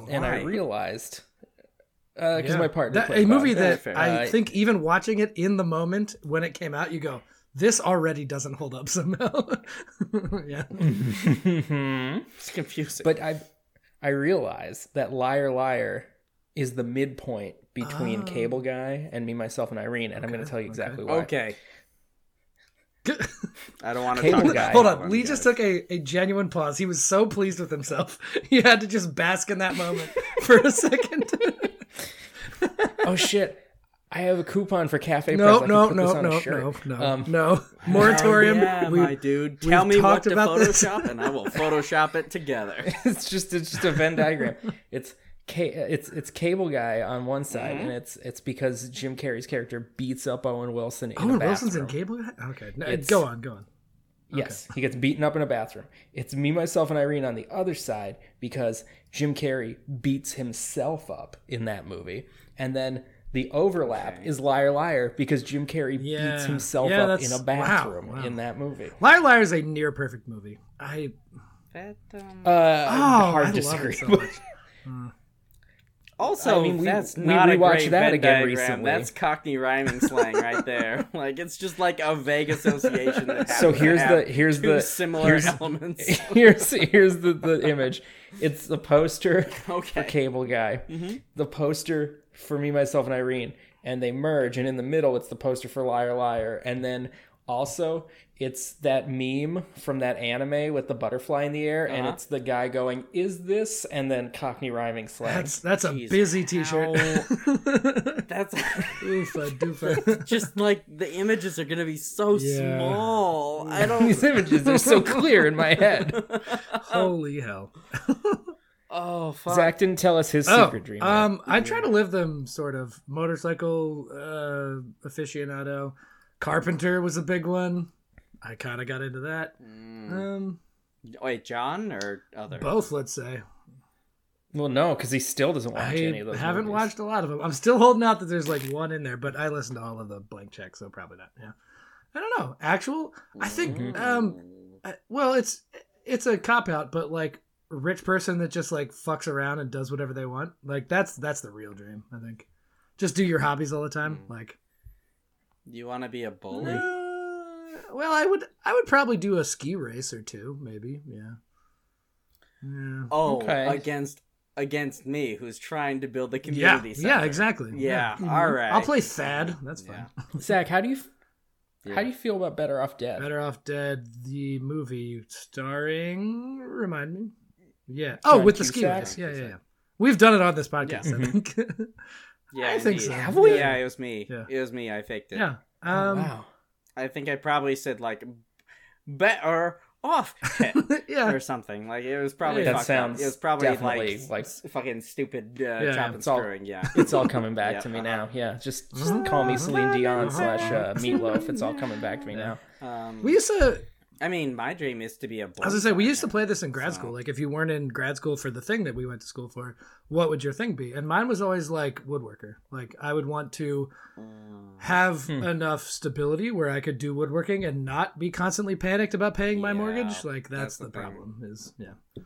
Wow. night, and I Why? realized because Yeah. my partner That- played a movie Bob. that Fair. I Uh, think even watching it in the moment when it came out, you go, "This already doesn't hold up somehow." yeah, It's Mm-hmm. confusing. but I I realize that Liar Liar is the midpoint between Oh. Cable Guy and Me, Myself, and Irene, and I'm going to Okay, tell you okay. exactly why. okay. I don't want to Cable talk guy. about hold that on. one, Lee guys. just took a, a genuine pause. He was so pleased with himself, he had to just bask in that moment for a second. oh shit. I have a coupon for Cafe no, Press. I no, can put this on no, a no, no, shirt. no, Um, no. Moratorium. Oh, Yeah, we, my dude. Tell me what talked to about this. Photoshop, and I will Photoshop it together. it's just it's just a Venn diagram. It's ca- it's it's Cable Guy on one side, Mm-hmm. and it's it's because Jim Carrey's character beats up Owen Wilson. In Owen a Wilson's in bathroom. Cable Guy. Okay, no, It's- go on, go on. Yes, he gets beaten up in a bathroom. It's me, myself, and Irene on the other side because Jim Carrey beats himself up in that movie, and then the overlap is Liar Liar because Jim Carrey Yeah. beats himself Yeah, up that's- in a wow, bathroom wow. in that movie. Liar Liar is a near perfect movie. I That, um, Uh, oh, hard I love disagree. it so much. also, I mean, we- that's we not a rewatched great that Venn again diagram. recently. That's Cockney rhyming slang right there. like it's just like a vague association. That So happens to here's have the- here's two the- similar here's- elements. here's here's the, the image. It's the poster for Okay. Mm-hmm. Cable Guy, the poster for Me, Myself, and Irene, and they merge. And in the middle, it's the poster for Liar Liar, and then also it's that meme from that anime with the butterfly in the air, and Uh-huh. it's the guy going, "Is this?" and then Cockney rhyming slang. That's that's a Jeez, busy T-shirt. That's Oofa doofa. just like the images are gonna be so Yeah. small. I don't. These images are so clear in my head. Holy hell! Oh fuck. Zach didn't tell us his Oh, secret dream. yet. um, I try to live them sort of motorcycle uh, aficionado. Carpenter was a big one. I kind of got into that. Mm. Um, Wait, John or other? both, let's say. well, no, because he still doesn't watch I any of those. haven't movies. watched a lot of them. I'm still holding out that there's like one in there, but I listened to all of the blank check, so probably not. Yeah. I don't know. Actual, I think. Mm. Um, I- well, it's it's a cop out, but like a rich person that just like fucks around and does whatever they want. Like that's that's the real dream. I think. Just do your hobbies all the time. Like, You want to be a bully? Mm. uh, well, I would I would probably do a ski race or two, maybe. Yeah. Yeah. Oh, Okay. against against me, who's trying to build the Yeah, community. yeah, center. exactly. Yeah, Mhm. all right. I'll play Thad. That's fine. Yeah. Zach, how do you f- Yeah. how do you feel about Better Off Dead? Better Off Dead, the movie starring. Remind me. Yeah. Oh, John with the ski Cusack. race. Yeah, yeah, yeah. We've done it on this podcast, Yeah. I think. Yeah, I think indeed. so. Have we? Yeah, it was me. Yeah. It was me. I faked it. yeah. Oh, Um, wow. I think I probably said like better off yeah. or something. Like it was probably That fucked up. sounds It was probably definitely like, like- s- fucking stupid uh, yeah, chop and it's all- screwing. Yeah. It's all coming back Yeah, to me uh-huh. now. Yeah, just, just call me Celine Dion slash uh, Meatloaf. It's all coming back to me now. Um, We used to. I mean, my dream is to be a. I was gonna say we used to bullfighter. play this in grad So- school. Like, if you weren't in grad school for the thing that we went to school for, what would your thing be? And mine was always like woodworker. Like, I would want to Mm, have enough stability where I could do woodworking and not be constantly panicked about paying my Yeah, mortgage. Like, that's, that's the, the thing. problem. Is yeah.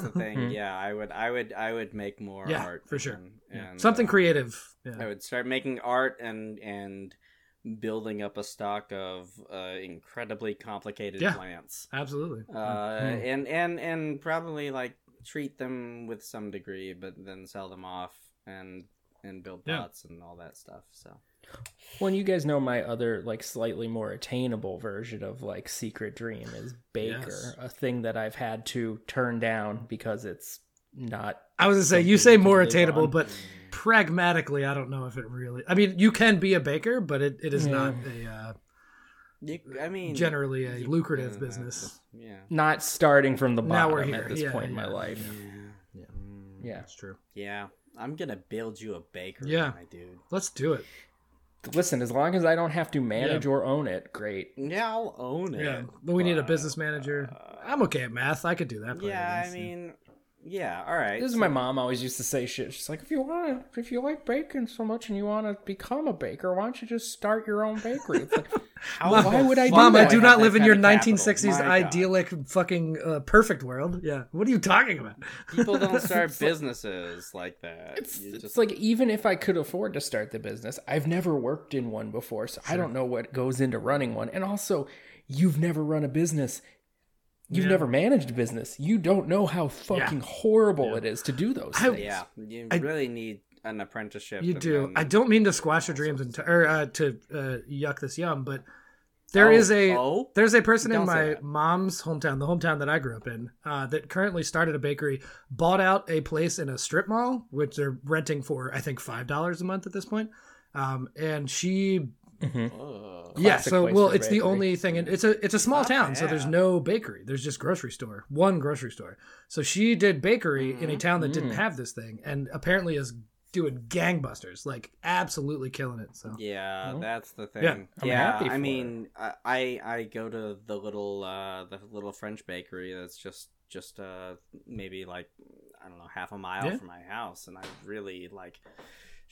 the thing. Mm-hmm. Yeah, I would, I would, I would make more Yeah, art for sure. and- Yeah. and, something uh, creative. I Yeah. would start making art and and building up a stock of uh, incredibly complicated Yeah. plants. Absolutely. Uh, Hmm. and and and probably like treat them with some degree, but then sell them off and and build Yeah. pots and all that stuff. So Well, and you guys know my other, like, slightly more attainable version of, like, secret dream is baker, Yes. a thing that I've had to turn down because it's not. I was gonna say you something say you can more live attainable, on. but pragmatically, I don't know if it really. I mean, you can be a baker, but it, it is not a you, I uh, mean, generally a you- uh, lucrative yeah, business. that's- Yeah. Not starting from the Now bottom we're at here. this Yeah, point in yeah. my life. Yeah. Yeah. That's true. Mm. Yeah. I'm gonna build you a bakery, Yeah. my dude. Let's do it. Listen, as long as I don't have to manage or own it, great. Yeah, I'll own it. Yeah, but we need a but- uh, business manager. I'm okay at math. I could do that. part, Yeah, I guess. mean, yeah. All right. This is so- my mom always used to say shit. She's like, if you want to, if you like baking so much and you want to become a baker, why don't you just start your own bakery? It's like, Mom, why would I do Mom, I that? do not live in kind your of capital. 1960s My God. idyllic fucking uh, perfect world. Yeah, what are you talking about? people don't start businesses like that. It's, You it's just- like even if I could afford to start the business, I've never worked in one before, so I don't know what goes into running one. And also, you've never run a business. You've Yeah. never managed a business. You don't know how fucking horrible it is to do those I- things. yeah, you I- really need an apprenticeship. You and do. then- I don't mean to squash your dreams and t- or uh, to uh, yuck this yum, but there Oh, is a oh? there's a person in Don't say my that. mom's hometown, the hometown that I grew up in, uh, that currently started a bakery, bought out a place in a strip mall, which they're renting for I think five dollars a month at this point. Um, and she yeah Classic so place well for a it's the bakery. only thing and it's a it's a small town so there's no bakery there's just grocery store one grocery store so she did bakery Mm-hmm. in a town that Mm. didn't have this thing and apparently is doing gangbusters like absolutely killing it so Yeah, that's the thing. Yeah, Yeah, I'm happy for I mean, I I I go to the little uh the little French bakery that's just just uh maybe like I don't know half a mile Yeah. from my house, and I really like.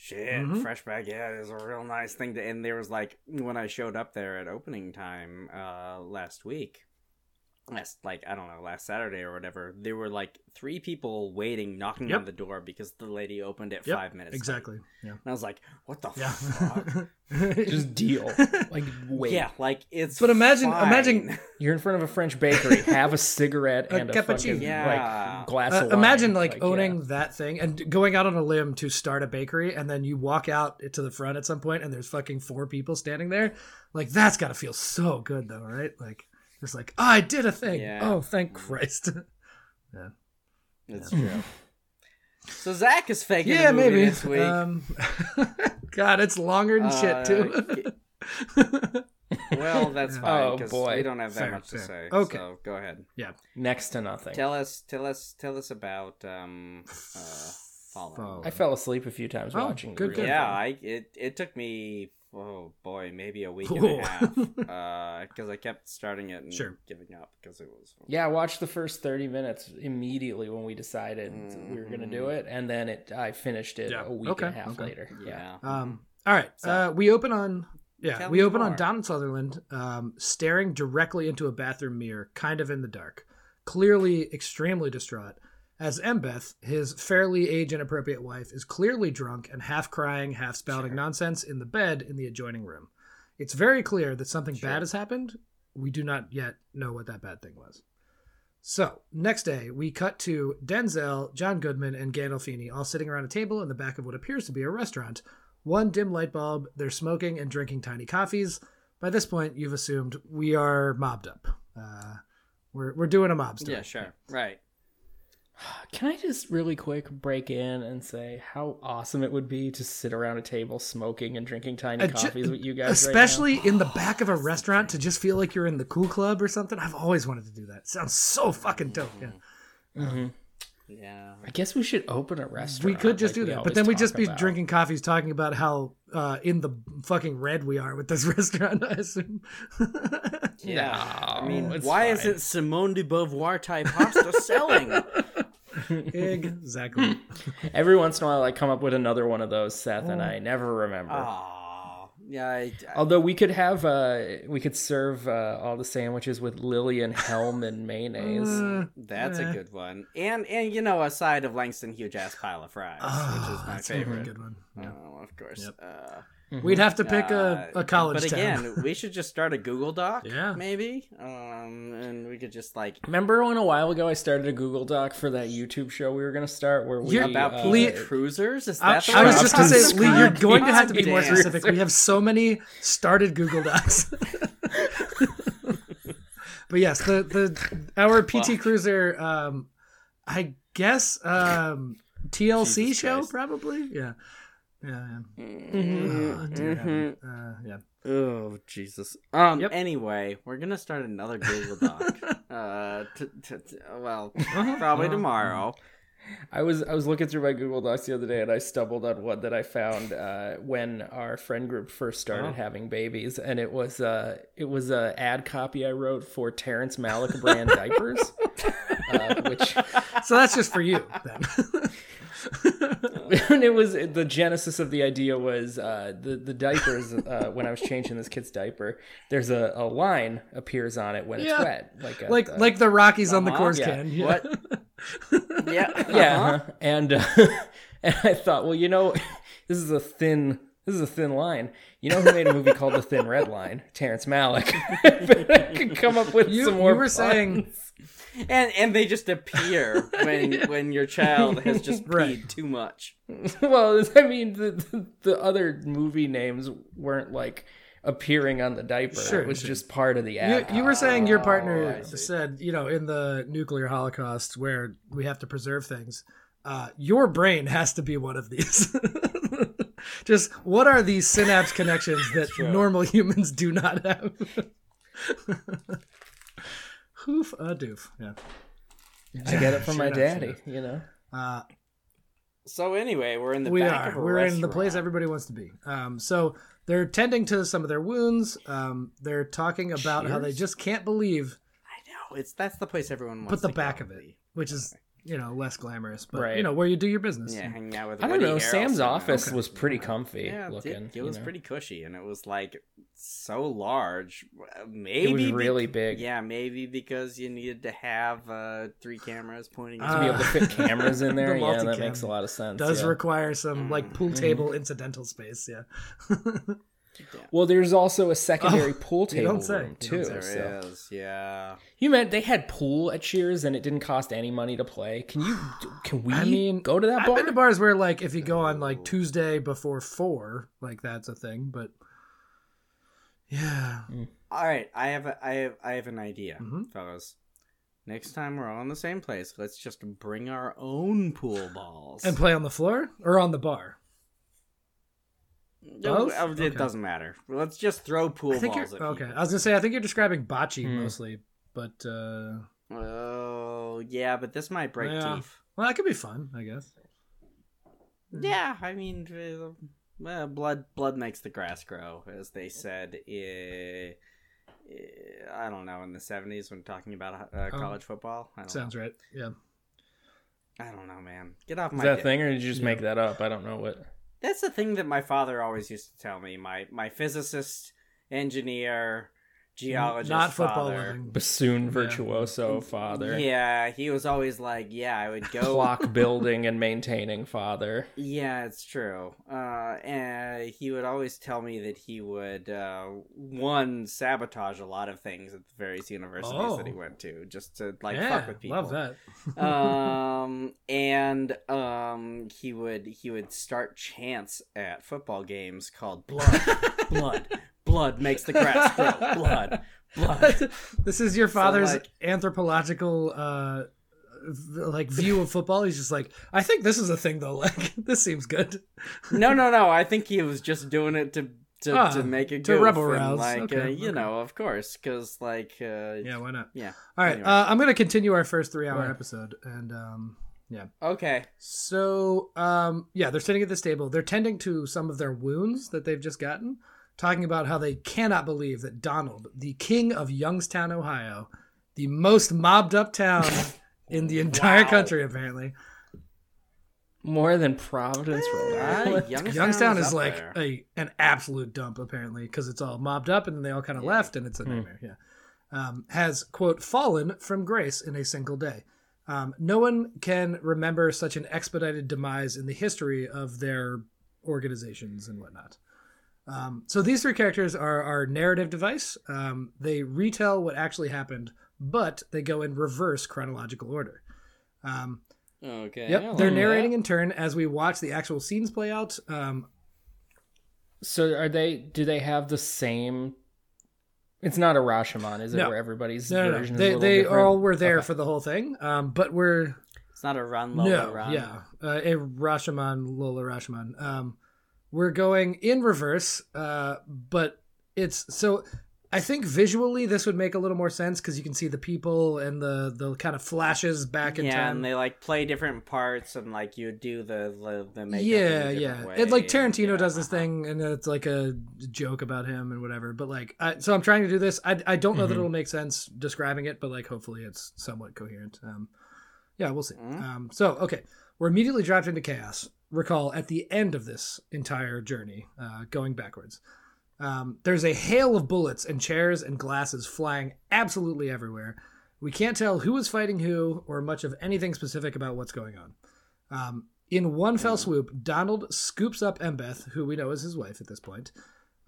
Shit, Mhm. fresh baguette is a real nice thing to. And there was like when I showed up there at opening time uh last week, last like I don't know last Saturday or whatever, there were like three people waiting, knocking Yep. on the door because the lady opened at Yep, five minutes. late. exactly yeah And I was like, what the yeah fuck? Just deal. Like wait. Yeah, like it's. But imagine- fine. imagine- You're in front of a French bakery, have a cigarette A and a, cappuccino. fucking Yeah. like glass Uh, of wine. imagine like, owning yeah. that thing and going out on a limb to start a bakery and then you walk out to the front at some point and there's fucking four people standing there like that's gotta feel so good though right like it's like "Oh, i did a thing Yeah. oh thank christ It's true. So Zach is faking. yeah the movie maybe This week. um god it's longer than shit Uh, too well, that's fine. Oh, 'cause boy. we don't have that Fair, much to fair. say. Okay. so go ahead. next to nothing. Tell us, tell us, tell us about um, uh, Fallen. Fallen. I fell asleep a few times Oh, watching. good, the good. real Yeah, thing. I it it took me oh boy maybe a week Whoa. and a half because I kept starting it and Sure. giving up because it was Yeah, I watched the first 30 minutes immediately when we decided we were going to do it and then it I finished it Mm-hmm. a Yeah. week Okay, and a half okay. later. yeah Mm-hmm. um all right uh we open on Yeah, Tell we me open on more. Donald Sutherland um, staring directly into a bathroom mirror, kind of in the dark, clearly extremely distraught. As Embeth, his fairly age inappropriate wife, is clearly drunk and half crying, half spouting nonsense in the bed in the adjoining room. It's very clear that something bad has happened. We do not yet know what that bad thing was. So, next day, we cut to Denzel, John Goodman, and Gandolfini all sitting around a table in the back of what appears to be a restaurant. One dim light bulb, they're smoking and drinking tiny coffees. By this point, you've assumed we are mobbed up. Uh, we're, we're doing a mob story. Yeah, sure. Right. Can I just really quick break in and say how awesome it would be to sit around a table smoking and drinking tiny Uh, ju- coffees with you guys, right now? especially in the back of a restaurant to just feel like you're in the cool club or something. I've always wanted to do that. sounds so fucking dope. Yeah. Mm-hmm. Yeah. I guess we should open a restaurant. We could just like do that, always but then we talk just be about. drinking coffees, talking about how uh, in the fucking red we are with this restaurant. I assume. Yeah. Oh, I mean, No, it's why fine. isn't Simone de Beauvoir type pasta selling? exactly. Every once in a while, I come up with another one of those, Seth, and I never remember. Ah. Aw. Yeah, I, Oh, I, Although we could have, uh, we could serve uh, all the sandwiches with Lillian Helm and Uh, Mm. mayonnaise. that's Yeah. a good one. And and you know, a side of Langston huge ass pile of fries, which Oh, is my that's a really favorite. good one. Oh, of course. Uh, We'd have to pick a, uh, a college But town. again, we should just start a Google Doc. Yeah. Maybe. Um, and we could just like Remember when a while ago I started a Google Doc for that YouTube show we were going to start where we You're- about uh, Lee Lee- cruisers. Is I, that the I one was I'm just to gonna talking say, describe. Lee, you're going to have to be God more damn. specific. We have so many started Google Docs. but yes, the the our PT Cruiser, um, I guess um, TLC Jesus show Christ. probably. Yeah, yeah, yeah. Mm-hmm. Oh, dear God. Uh, yeah. Oh Jesus. Um. Yep. Anyway, we're gonna start another Google Doc. uh. T- t- t- well, Uh-huh. probably tomorrow. I was I was looking through my Google Docs the other day and I stumbled on one that I found uh, when our friend group first started having babies, and it was uh, it was a ad copy I wrote for Terrence Malick brand diapers, uh, which So that's just for you then. and it was the genesis of the idea was uh, the the diapers uh, when I was changing this kid's diaper, there's a, a line appears on it when it's Yeah. wet, like a, like a- like the Rockies on the Uh-huh, Coors yeah. can. Yeah. What? yeah. yeah, uh-huh. and uh, and I thought, well, you know, this is a thin this is a thin line. You know who made a movie called The Thin Red Line? Terrence Malick. but I could come up with You, some more. you were saying And and they just appear when when your child has just Right. peed too much. puns. well, I mean, the, the the other movie names weren't like appearing on the diaper. Sure, it was sure. just part of the you, ad. you were saying your Oh, I partner see. said, you know, in the nuclear holocaust where we have to preserve things, uh, your brain has to be one of these. Just what are these synapse connections that normal humans do not have? Hoof a doof. Yeah. I get it from my Sure enough, daddy. You know. Uh, So anyway, we're in the we back are. of a We're in the restaurant. place everybody wants to be. Um, so they're tending to some of their wounds. Um, they're talking about how they just can't believe I know it's that's the place everyone wants. but the to back go. of it, which is you know less glamorous, but Right. you know where you do your business. Yeah, hanging out with. I don't Woody know. Sam's Harrelson. office was pretty comfy Yeah, it looking. did. It you was know? pretty cushy, and it was like so large. Maybe It was be- really big. Yeah, maybe because you needed to have uh, three cameras pointing. To be able to fit cameras in there, The yeah, that multicam makes a lot of sense. Does yeah. require some Mm, like pool table incidental space, yeah. Well, there's also a secondary pool Oh, you table don't say. room You too. don't say. there so. is, yeah. You meant they had pool at Cheers and it didn't cost any money to play. Can you? Can we? I mean, go to that I've bar. been to bars where like if you go on Oh. like Tuesday before four, like that's a thing. But yeah, All right, I have a, I have I have an idea, Mhm. fellas. Next time we're all in the same place, let's just bring our own pool balls. and play on the floor or on the bar. No, both? uh, It Okay. doesn't matter. Let's just throw pool I think balls. you're at okay. people. I was gonna say I think you're describing bocce Hmm. mostly, but uh, Oh yeah, but this might break Yeah. teeth. well, that could be fun, I guess. Yeah, I mean, uh, well, blood blood makes the grass grow, as they said. eh, eh, I don't know in the seventies when talking about uh, college football. I don't Sounds right. Yeah. know. I don't know, man. Get off Is my that a dick. thing, or did you just make that up? I don't know what. That's the thing that my father always used to tell me. My my physicist, engineer, geologist, Not football father. loving. bassoon virtuoso Oh, father, Yeah, he was always like, "Yeah, I would go." clock building and maintaining father. Yeah, it's true. Uh, and he would always tell me that he would uh, one sabotage a lot of things at the various universities that he Oh. went to, just to like yeah, fuck with people. love that. um and um he would he would start chants at football games called blood blood blood makes the grass grow blood blood this is your father's like- anthropological uh v- like view of football he's just like i think this is a thing though like this seems good no no no i think he was just doing it to to, Ah, to make a to goof rebel and, rouse. like uh, Okay, you okay. know of course because like uh yeah why not yeah all right Anyway. uh, i'm gonna continue our first three hour Right. episode and um okay so um yeah they're sitting at this table they're tending to some of their wounds that they've just gotten talking about how they cannot believe that donald the king of youngstown ohio the most mobbed up town in the entire Wow. country apparently More than Providence, Rhode uh, Island. youngstown, Youngstown is up like there. a an absolute dump apparently because it's all mobbed up and then they all kind of left and it's a nightmare. Yeah, um, has quote fallen from grace in a single day. Um, no one can remember such an expedited demise in the history of their organizations and whatnot. Um, so these three characters are our narrative device. Um, they retell what actually happened, but they go in reverse chronological order. Um, okay I Yep, like they're that. narrating in turn as we watch the actual scenes play out. Um, So are they? Do they have the same? It's not a Rashomon, is it? No. Where everybody's no, no, no. version they is a little they different. all were there Okay. for the whole thing, um, but we're it's not a run low no, run yeah, uh, a Rashomon, Lola Rashomon. Um, we're going in reverse, uh, but it's so. I think visually this would make a little more sense because you can see the people and the the kind of flashes back in yeah, time. and they like play different parts, and like you do the the, the makeup. yeah in a yeah different it like way, tarantino yeah, does this uh-huh. thing and it's like a joke about him and whatever but like I, so i'm trying to do this i, I don't know that Mm-hmm. Mhm. it'll make sense describing it but like hopefully it's somewhat coherent um yeah we'll see Mhm. um so okay we're immediately dropped into chaos recall at the end of this entire journey uh going backwards um, there's a hail of bullets and chairs and glasses flying absolutely everywhere. We can't tell who is fighting who or much of anything specific about what's going on. Um, in one fell swoop, Donald scoops up Embeth, who we know is his wife at this point,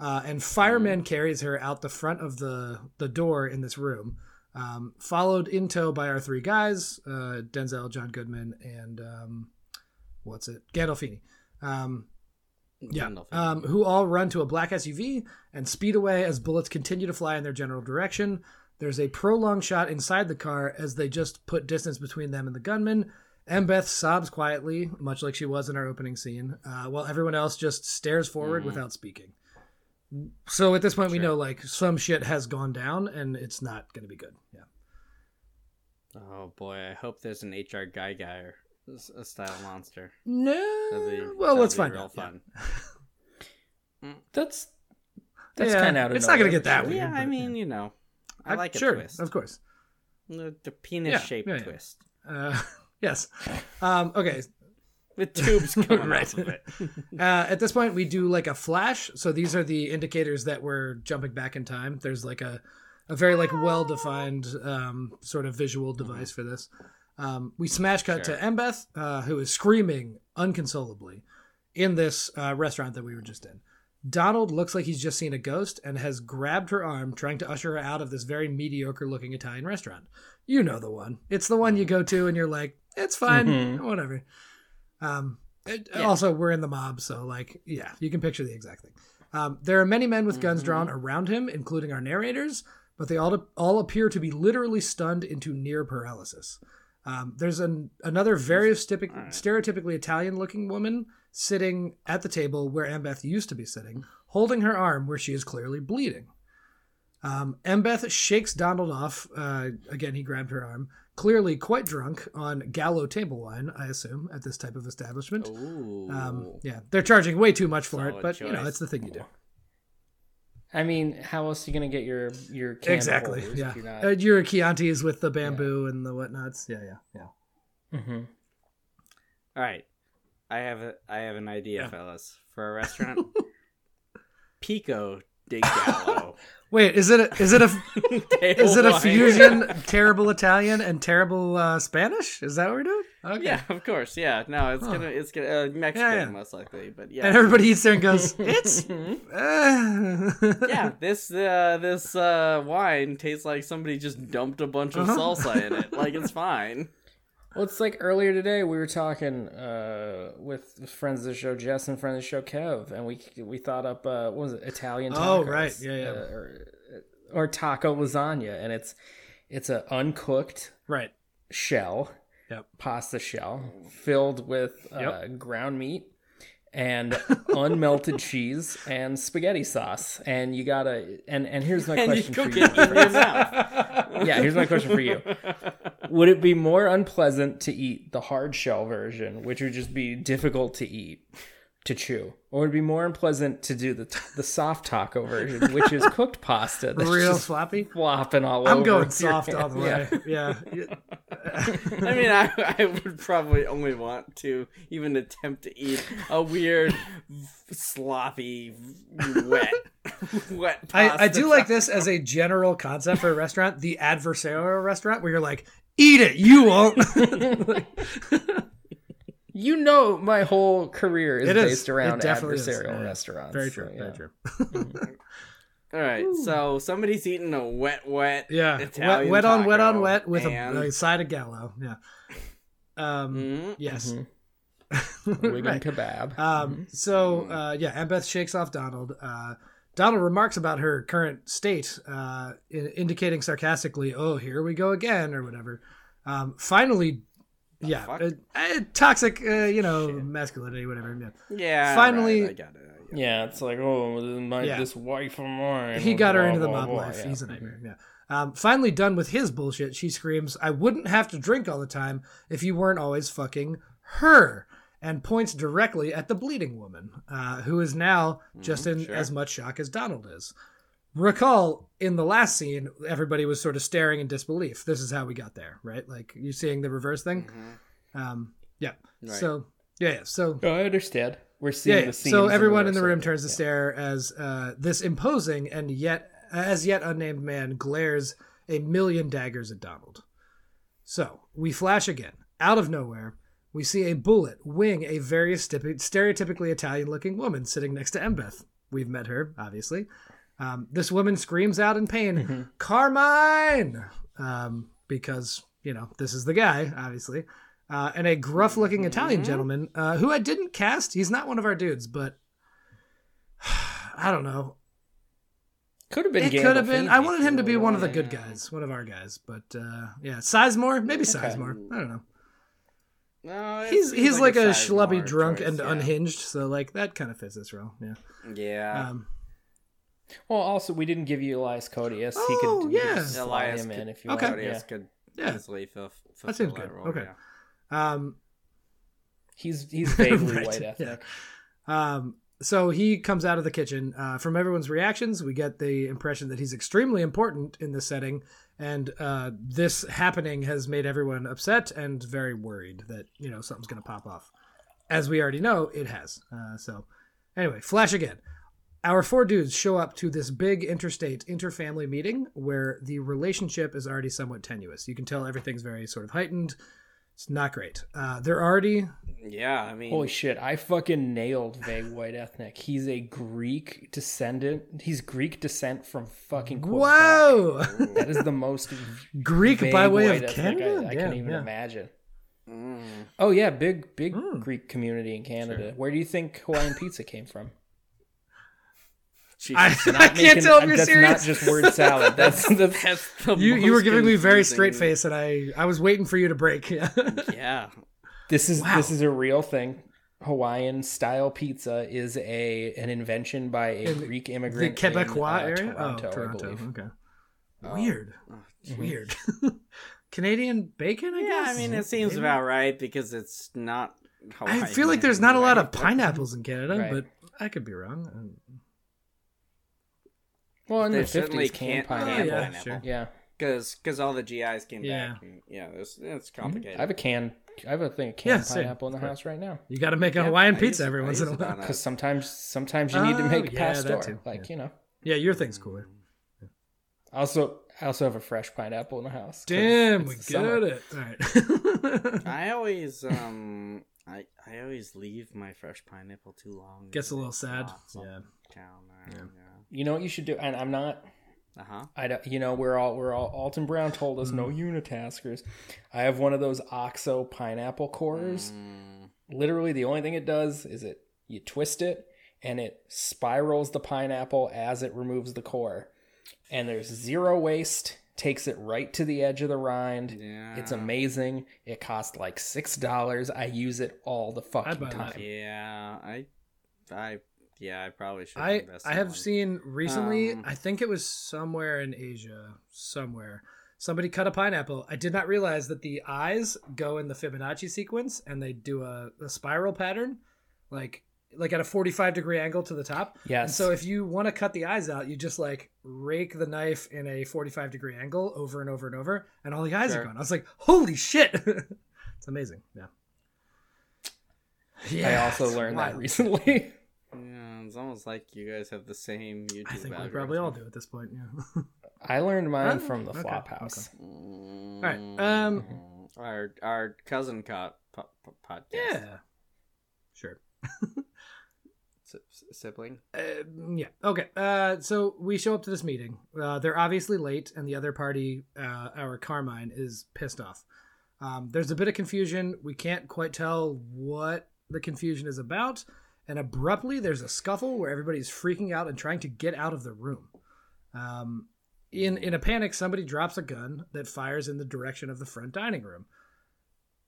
uh, and Fireman carries her out the front of the, the door in this room, um, followed in tow by our three guys uh, Denzel, John Goodman, and um, what's it? Gandolfini. Um, yeah. Gandalf. Um, who all run to a black SUV and speed away as bullets continue to fly in their general direction. There's a prolonged shot inside the car as they just put distance between them and the gunman. Embeth sobs quietly, much like she was in our opening scene, uh, while everyone else just stares forward without speaking. So at this point, we know like some shit has gone down and it's not going to be good. Yeah. oh boy, I hope there's an HR guy guy or s- a style monster. No. That'd be, Eh, well, that'd let's be find real out. Yeah. Fun. That's that's Yeah, kind of out of. it's not gonna nowhere. get that Yeah, weird. I but- mean, you know, I, like a sure, twist, of course. the, the penis shaped yeah, yeah. twist Uh, yes. Um, okay, with tubes coming Right. out of it. uh, at this point we do like a flash so these are the indicators that we're jumping back in time there's like a, a very like well defined um, sort of visual device for this um, we smash cut to embeth uh, who is screaming inconsolably in this uh, restaurant that we were just in donald looks like he's just seen a ghost and has grabbed her arm trying to usher her out of this very mediocre looking italian restaurant you know the one it's the one you go to and you're like it's fine Mhm. whatever um, it- Yeah. Also, we're in the mob, so like, yeah, you can picture the exact thing. Um, there are many men with guns drawn around him, including our narrators, but they all all appear to be literally stunned into near paralysis. Um, there's an, another very stipi- stereotypically Italian-looking woman sitting at the table where Ambeth used to be sitting, holding her arm where she is clearly bleeding. Um, Embeth shakes Donald off. Uh, again, he grabbed her arm. Clearly quite drunk on Gallo table wine, I assume, at this type of establishment. Ooh, Um, yeah, they're charging way too much for it, Solid but you know choice. it's the thing you do. I mean, how else are you gonna get your your can of exactly. holders if Yeah, you're uh, not- your Chianti's with the Mm-hmm. bamboo and the whatnots. Yeah, yeah, yeah. Mhm. All right. I have a I have an idea, fellas, for a restaurant. Pico di Gallo. Wait, is it a, is it a is it a Wine. fusion terrible Italian and terrible uh, Spanish? Is that what we're doing? Okay. Yeah, of course. Yeah, no, it's Huh. gonna it's gonna uh, Mexican yeah. most likely, but yeah. And everybody eats there and goes, it's uh. yeah, this uh, this uh, wine tastes like somebody just dumped a bunch of Uh-huh. salsa in it. Like it's fine. Well, it's like earlier today we were talking uh, with friends of the show, Jess and friends of the show, Kev, and we we thought up uh, what was it Italian? Oh, Tacos, right. Yeah, yeah. uh, or, or taco lasagna, and it's it's a uncooked Right. shell, Yep. pasta shell filled with uh, ground meat and unmelted cheese and spaghetti sauce, and you gotta and and here's my And you question cook for you. it in your mouth. yeah, here's my question for you. Would it be more unpleasant to eat the hard shell version, which would just be difficult to eat, to chew? Or would it be more unpleasant to do the, the soft taco version, which is cooked pasta that's Real just floppy. flopping all over? I'm going your soft all the way. hand? Yeah. I mean, I, I would probably only want to even attempt to eat a weird, sloppy, wet, wet. I, I pasta do like this as a general concept for a restaurant, the adversarial restaurant, where you're like, eat it, you won't. You know, my whole career is It is. based around It definitely is. adversarial Yeah. restaurants. very so, true. yeah. Very true. All right, so somebody's eating a wet, wet, Yeah. Wet, Italian wet on wet on taco, wet with and- a, a side of Gallo. Yeah. Um, Mm, Yes. Wigan Right. kebab. Mm-hmm. Um, so uh, yeah, Aunt Beth shakes off Donald. Uh, Donald remarks about her current state, uh, in- indicating sarcastically, "Oh, here we go again," or whatever. Um, finally, yeah, fuck? uh, uh, toxic, uh, you know, masculinity, whatever. yeah. yeah. Finally- right, I got it. I got it. Mm-hmm. yeah, it's like, oh, my, Yeah. this wife of mine. He got her blah, into the blah, mob blah, life. yeah. He's a nightmare. Yeah. Um, finally done with his bullshit, she screams, "I wouldn't have to drink all the time if you weren't always fucking her." And points directly at the bleeding woman, uh, who is now just in as much shock as Donald is. Recall in the last scene, everybody was sort of staring in disbelief. This is how we got there, right? Like you seeing the reverse thing. Mm-hmm. Um, yeah. So yeah, yeah. So Oh, I understand. We're yeah, seeing yeah. the scenes. so everyone we're in the room observing. turns to stare as uh, this imposing and yet as yet unnamed man glares a million daggers at Donald. So we flash again. Out of nowhere, we see a bullet wing a very stipi- stereotypically Italian-looking woman sitting next to Embeth. We've met her, obviously. Um, this woman screams out in pain, Mm-hmm. "Carmine!" Um, because you know this is the guy, obviously, uh, and a gruff-looking Italian gentleman uh, who I didn't cast. He's not one of our dudes, but I don't know. Could have been. it could have been. I wanted him to be one of the good guys, one of our guys, but uh, yeah, Sizemore, maybe Sizemore. I don't know. No, it's- He's he's like, a, size schlubby more drunk choice, and yeah. unhinged, so like that kind of fits this role. Yeah. Yeah. Um, Well, also we didn't give you Elias Codius. he Oh, could, you could yeah. just slide Elias him in could- if you okay. want. Yeah. Codius could Yeah. easily fill, fulfill That seems that good. role, Okay. yeah. um, He's he's vaguely Right, white yeah. ethnic. Um, so he comes out of the kitchen. Uh, from everyone's reactions, we get the impression that he's extremely important in this setting, and uh, this happening has made everyone upset and very worried that you know something's going to pop off. As we already know, it has. Uh, so, anyway, flash again. Our four dudes show up to this big interstate, interfamily meeting where the relationship is already somewhat tenuous. You can tell everything's very sort of heightened. It's not great. Uh, they're already Yeah, I mean, Holy shit! I fucking nailed vague white ethnic. He's a Greek descendant. He's Greek descent from fucking. Quebec. whoa. That is the most Greek vague by way white of ethnic Canada. I, I Damn, can even yeah. imagine. mm, Oh yeah, big big Mm. Greek community in Canada. Where do you think Hawaiian pizza came from? Jesus. I, I Not can't making- tell if I'm- you're that's serious. not just word salad. That's that's That's the you you were most giving me very confusing- straight face, and I I was waiting for you to break. Yeah. Yeah. This is Wow. this is a real thing. Hawaiian style pizza is a an invention by a In the- Greek the immigrant Quebecois in, uh, area. Toronto, oh, I Toronto. believe. Oh, Okay. Weird. mhm. Weird. Canadian bacon, I Yeah, guess. I mean, it seems Maybe? about right because it's not. I Hawaiian feel like there's not a lot of anyway. pineapples in Canada, Right. but I could be wrong. Well, in They the certainly fifties, canned can't- Oh, pineapple. yeah, pineapple. sure. Yeah, because because all the GIs came Yeah. Mm-hmm. back. And, yeah, it's it's complicated. I have a can. I have a thing of Yeah, canned same. pineapple in the house right now. You got to make a Yeah, Hawaiian I pizza use- every I once in a use it while. on Because sometimes sometimes you need to make Oh, yeah, that pastor. too. Like you know. Yeah, your thing's cooler. I also I also have a fresh pineapple in the house. 'cause Mm, Damn, it's we the get summer. it. All right. I always um I I always leave my fresh pineapple too long. Gets a and little it sad. Ah, rots Yeah. on the counter, You know what you should do, and I'm not. Yeah. Uh huh. I don't, you know we're all we're all Alton Brown told us no Mm. unitaskers. I have one of those OXO pineapple Mm. cores. Mm, Literally, the only thing it does is it you twist it and it spirals the pineapple as it removes the core, and there's zero waste. Takes it right to the edge of the rind. Yeah. It's amazing. It costs like six dollars. I use it all the fucking buy that. time. Yeah, I, I, yeah, I probably should. I invest I in have one. seen recently. Um, I think it was somewhere in Asia, somewhere. Somebody cut a pineapple. I did not realize that the eyes go in the Fibonacci sequence and they do a, a spiral pattern, like like at a forty five degree angle to the top. And Yes. so if you want to cut the eyes out, you just like rake the knife in a forty five degree angle over and over and over, and all the eyes are Sure. gone. I was like, holy shit, it's amazing. Yeah. I also it's learned that wild. recently. Yeah, it's almost like you guys have the same YouTube. I think we algorithm. probably all do at this point. Yeah. I learned mine Oh, from the okay, flop okay. house. All right, Mm-hmm. um, Mm-hmm. our our cousin caught po- po- podcast. yeah. Sure. S- s- sibling. Uh, yeah. Okay. Uh, so we show up to this meeting. Uh, they're obviously late, and the other party, uh, our Carmine, is pissed off. Um, there's a bit of confusion. We can't quite tell what the confusion is about. And abruptly, there's a scuffle where everybody's freaking out and trying to get out of the room. Um, in in a panic, somebody drops a gun that fires in the direction of the front dining room.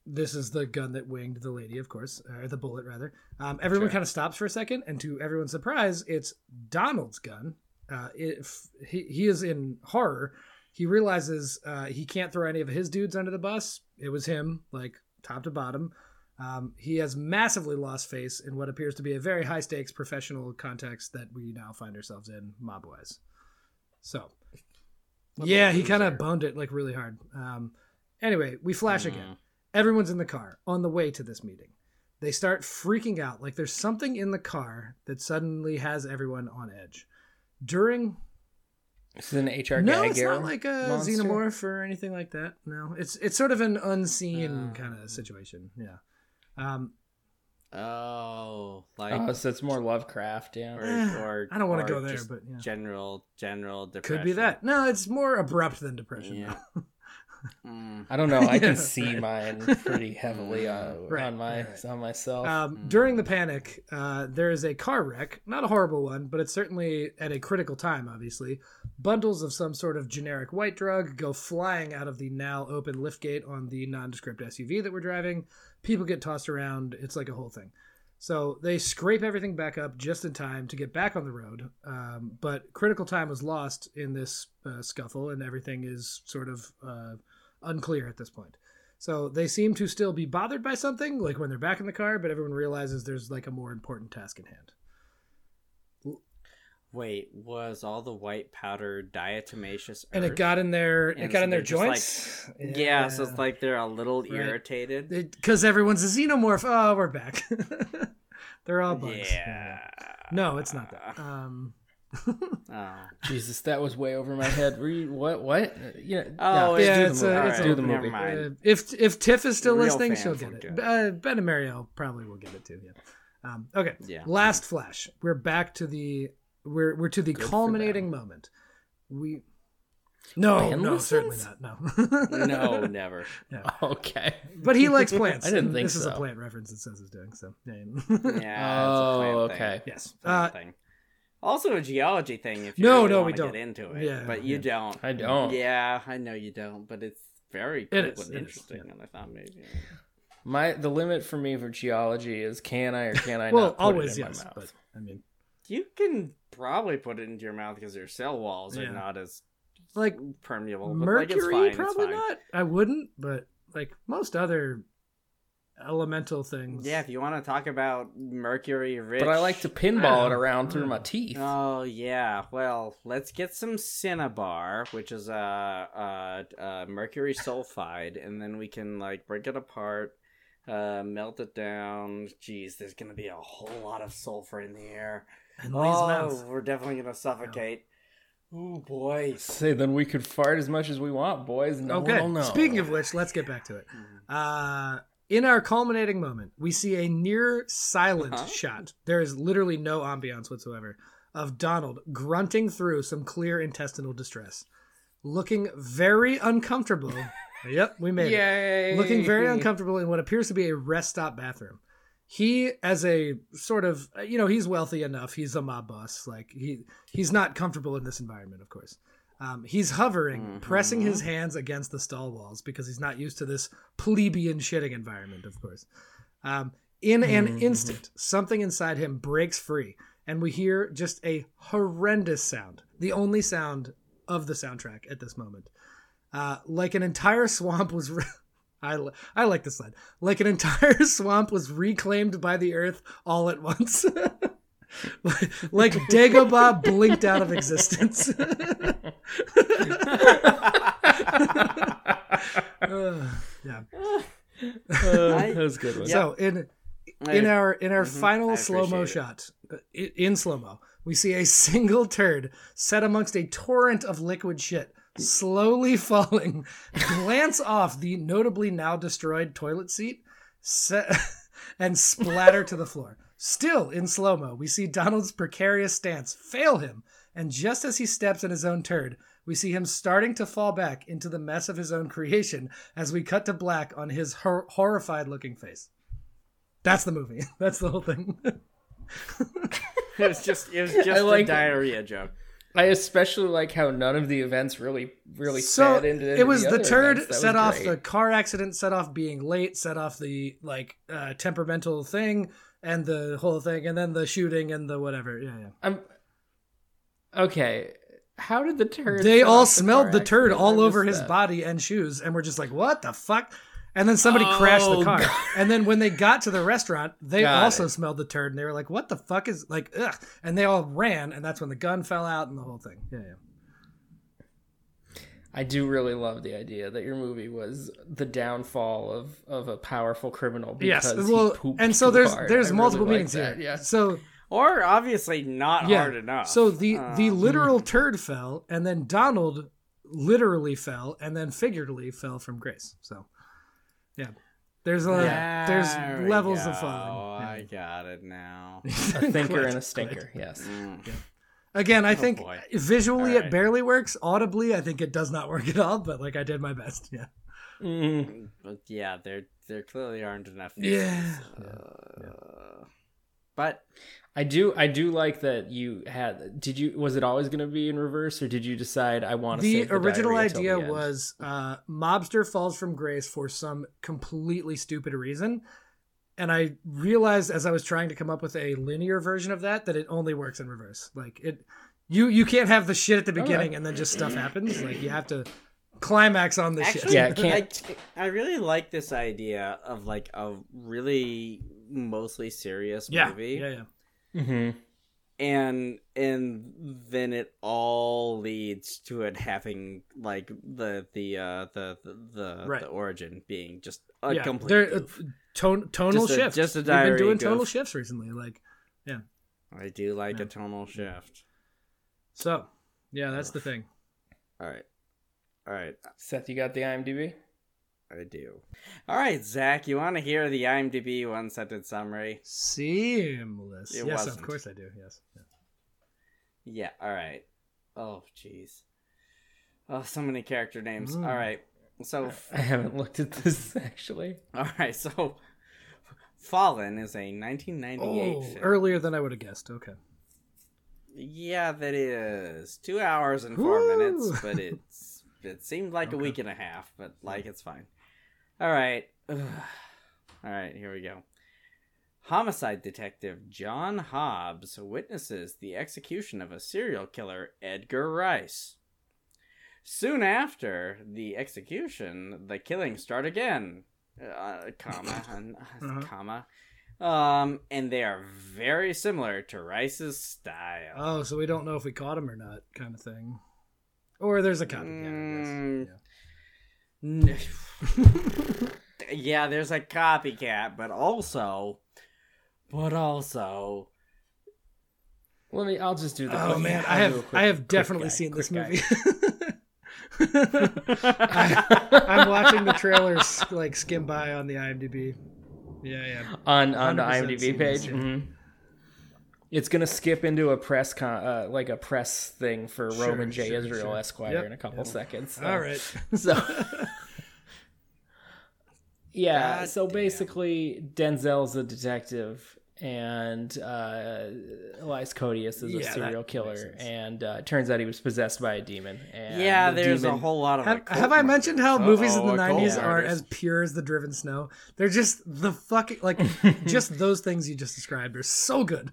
This is the gun that winged the lady, of course, or the bullet rather. Um, everyone kind of stops for a second, and to everyone's surprise, it's Donald's gun. Uh, if he, he is in horror, he realizes uh, he can't throw any of his dudes under the bus. It was him, like top to bottom. Um, he has massively lost face in what appears to be a very high stakes professional context that we now find ourselves in mob wise. So, yeah, he kind of boned it like really hard. Um, anyway, we Mm. flash again. Everyone's in the car on the way to this meeting. They start freaking out like there's something in the car that suddenly has everyone on edge. During This is an HR no, gag it's error. not like a monster? xenomorph or anything like that. No, it's it's sort of an unseen kind of situation. Yeah. Um, Mm. Oh, like Oh, so it's more Lovecraft, yeah. or, Eh, or I don't wanna or go there, just but, yeah. general general depression. could be that. No, it's more abrupt than depression. Yeah. though. Mm. I don't know. I Yeah, can see right. mine pretty heavily uh, Right, on my right. on myself. Um, during the panic, uh, there is a car wreck. Not a horrible one, but it's certainly at a critical time, obviously. Bundles of some sort of generic white drug go flying out of the now open lift gate on the nondescript SUV that we're driving. People get tossed around. It's like a whole thing. So they scrape everything back up just in time to get back on the road. Um, but critical time was lost in this uh, scuffle, and everything is sort of uh, unclear at this point. So they seem to still be bothered by something, like when they're back in the car, but everyone realizes there's like a more important task in hand. Wait, was all the white powder diatomaceous? And earth? it got in their it And got so in their they're just like- joints. Yeah, so it's like they're a little irritated. because everyone's a xenomorph. Oh, we're back. they're all bugs. Yeah. Uh, No, it's not that. Um, Oh. Jesus, that was way over my head. Were you, what? What? Uh, Yeah. Oh, yeah, yeah, do the it's movie. a- Let's it's a- do the never movie. mind. Fine. uh, if if Tiff is still Real listell, fans she'll get will it. get it. Uh, ben and Mariel probably will get it too. Yeah. Um, okay. Yeah. Last flash. We're back to the we're we're to the for culminating moment. We. No, Ben no, certainly listens? not. No. No, never. Okay. But he likes plants. I didn't and think this is a so. plant reference it says it's doing. So yeah. Yeah. oh, it's a plant thing. okay. yes. Uh, Plant thing. Also a geology thing. If you No, really no, we want to don't. get into it, Yeah, but you don't. I don't. Yeah, I know you don't, but it's very cool It is, and it is, interesting, and I thought maybe. My the limit for me for geology is can I or can I well, not put always it in yes. my mouth? But I mean, You can probably put it into your mouth because your cell walls Yeah. are not as like permeable. But like, it's mercury, fine, it's probably fine. not. I wouldn't, but like most other elemental things. Yeah, if you want to talk about Mercury Rich. But I like to pinball Wow. it around through Mm. my teeth. Uh, Oh yeah, well let's get some cinnabar, which is uh, uh, uh mercury sulfide, and then we can like break it apart, uh, melt it down. Jeez, there's gonna be a whole lot of sulfur in the air. And Lee's Oh, mouth. we're definitely gonna suffocate. Oh boy. Say then we could fart as much as we want, boys. No oh, one will good. know. Speaking of which, let's get back to it. Hmm. Uh, in our culminating moment, we see a near silent Uh-huh. shot. There is literally no ambiance whatsoever of Donald grunting through some clear intestinal distress, looking very uncomfortable. yep, we made it. Yay! Looking very uncomfortable in what appears to be a rest stop bathroom. He, as a sort of, uh, you know, he's wealthy enough. He's a mob boss. Like he, he's not comfortable in this environment, of course. Um, he's hovering, pressing his hands against the stall walls because he's not used to this plebeian shitting environment, of course. Um, in an instant, something inside him breaks free, and we hear just a horrendous sound. The only sound of the soundtrack at this moment. Uh, like an entire swamp was. Re- I, li- I like this line. Like an entire swamp was reclaimed by the earth all at once. like like Dagobah blinked out of existence. Ugh, yeah. Uh, that was a good one. So in in our in our Mm-hmm. I final appreciate slow mo it. shot, uh, i- in slow mo, we see a single turd set amongst a torrent of liquid shit, slowly falling, glance off the notably now destroyed toilet seat, set, and splatter to the floor. Still in slow mo, we see Donald's precarious stance fail him, and just as he steps in his own turd, we see him starting to fall back into the mess of his own creation as we cut to black on his hor- horrified looking face. That's the movie. That's the whole thing. It was just it was just like- a diarrhea joke. I especially like how none of the events really, really so fed into. it was the, other events. turd That set was off great. the car accident, set off being late, set off the like uh, temperamental thing and the whole thing, and then the shooting and the whatever. Yeah, yeah. I'm okay. How did the turd? They set all off smelled car the turd accident? all I over missed his that. body and shoes, and we're just like, what the fuck? And then somebody crashed the Oh, car. God. And then when they got to the restaurant, they Got also it. smelled the turd, and they were like, what the fuck is like, ugh. And they all ran, and that's when the gun fell out and the whole thing. Yeah, yeah. I do really love the idea that your movie was the downfall of, of a powerful criminal. Yes, Because he well, pooped and so too there's hard. I there's really multiple like meanings that, here. Yeah. So Or obviously not yeah. hard enough. So the Uh, the hmm. literal turd fell, and then Donald literally fell, and then figuratively fell from grace. So, yeah, there's a Uh, There there's we levels go. Oh, of falling. Yeah. I got it now. Hmm. A thinker and a stinker. Oh, Yes. Again, I think boy. visually Alright. it barely works. Audibly, I think it does not work at all. But like, I did my best. Yeah. Mm. But yeah, there there clearly aren't enough. uh, Yeah. But I do. I do like that you had. Did you? Was it always going to be in reverse, or did you decide I want to? The save the original diarrhea till the idea end? was uh, mobster falls from grace for some completely stupid reason, and I realized as I was trying to come up with a linear version of that that it only works in reverse. Like it, you you can't have the shit at Oh, the beginning and then just stuff happens. Like you have to climax on the shit. actually, Yeah, it can't- I, I really like this idea of like a really mostly serious yeah, movie, yeah, yeah. Mhm. and and then it all leads to it having like the the uh, the the the, Right. the origin being just a yeah, complete. there- goof. uh, tone, tonal Just a- shifts. just a We've been doing diary tonal goof. shifts recently. Like I do like a tonal shift. so, yeah, that's the thing. All right, all right. Seth, you got the IMDb. I do. All right, Zach, you want to hear the IMDb one sentence summary? Seamless. It yes, wasn't. of course I do. Yes. Yeah. Yeah, all right. Oh, jeez. Oh, so many character names. All Mm. right. So, I haven't looked at this actually. all right. So, Fallen is a 1998 E Oh, film. earlier than I would have guessed. Okay. Yeah, that is two hours and four Woo! minutes, but it's it seemed like a week and a half, but like it's fine. All right, Ugh. all right, here we go. Homicide detective John Hobbs witnesses the execution of a serial killer, Edgar Rice. Soon after the execution, the killings start again. uh, comma, and, uh, comma, um, and they are very similar to Rice's style. Oh, so we don't know if we caught him or not, kind of thing. Or there's a copy. Mm. Yeah, N- yeah, there's a copycat, but also, but also, Let me. I'll just do the. I guess. Oh quick- man, I'll I do a have quick- I have definitely guy, seen this quick guy. movie. I, I'm watching the trailers like skim by on the IMDb. Yeah, yeah. on on the 100% IMDb seen page. this, yeah. mhm. It's gonna skip into a press con, uh, like a press thing for Sure, Roman J. sure, Israel sure. Esquire Yep, in a couple yep. seconds. so- All right. So, yeah. God so damn. basically, Denzel's a detective, and uh, Elias Codius is Yeah, a that serial makes killer, sense. and and uh, it turns out he was possessed by a demon. And yeah, the there's a demon- whole lot of. Have, occult have I mentioned how movies movies. in Uh-oh, the occult nineties are artists. as pure as the driven snow? They're just the fucking like just those things you just described are so good.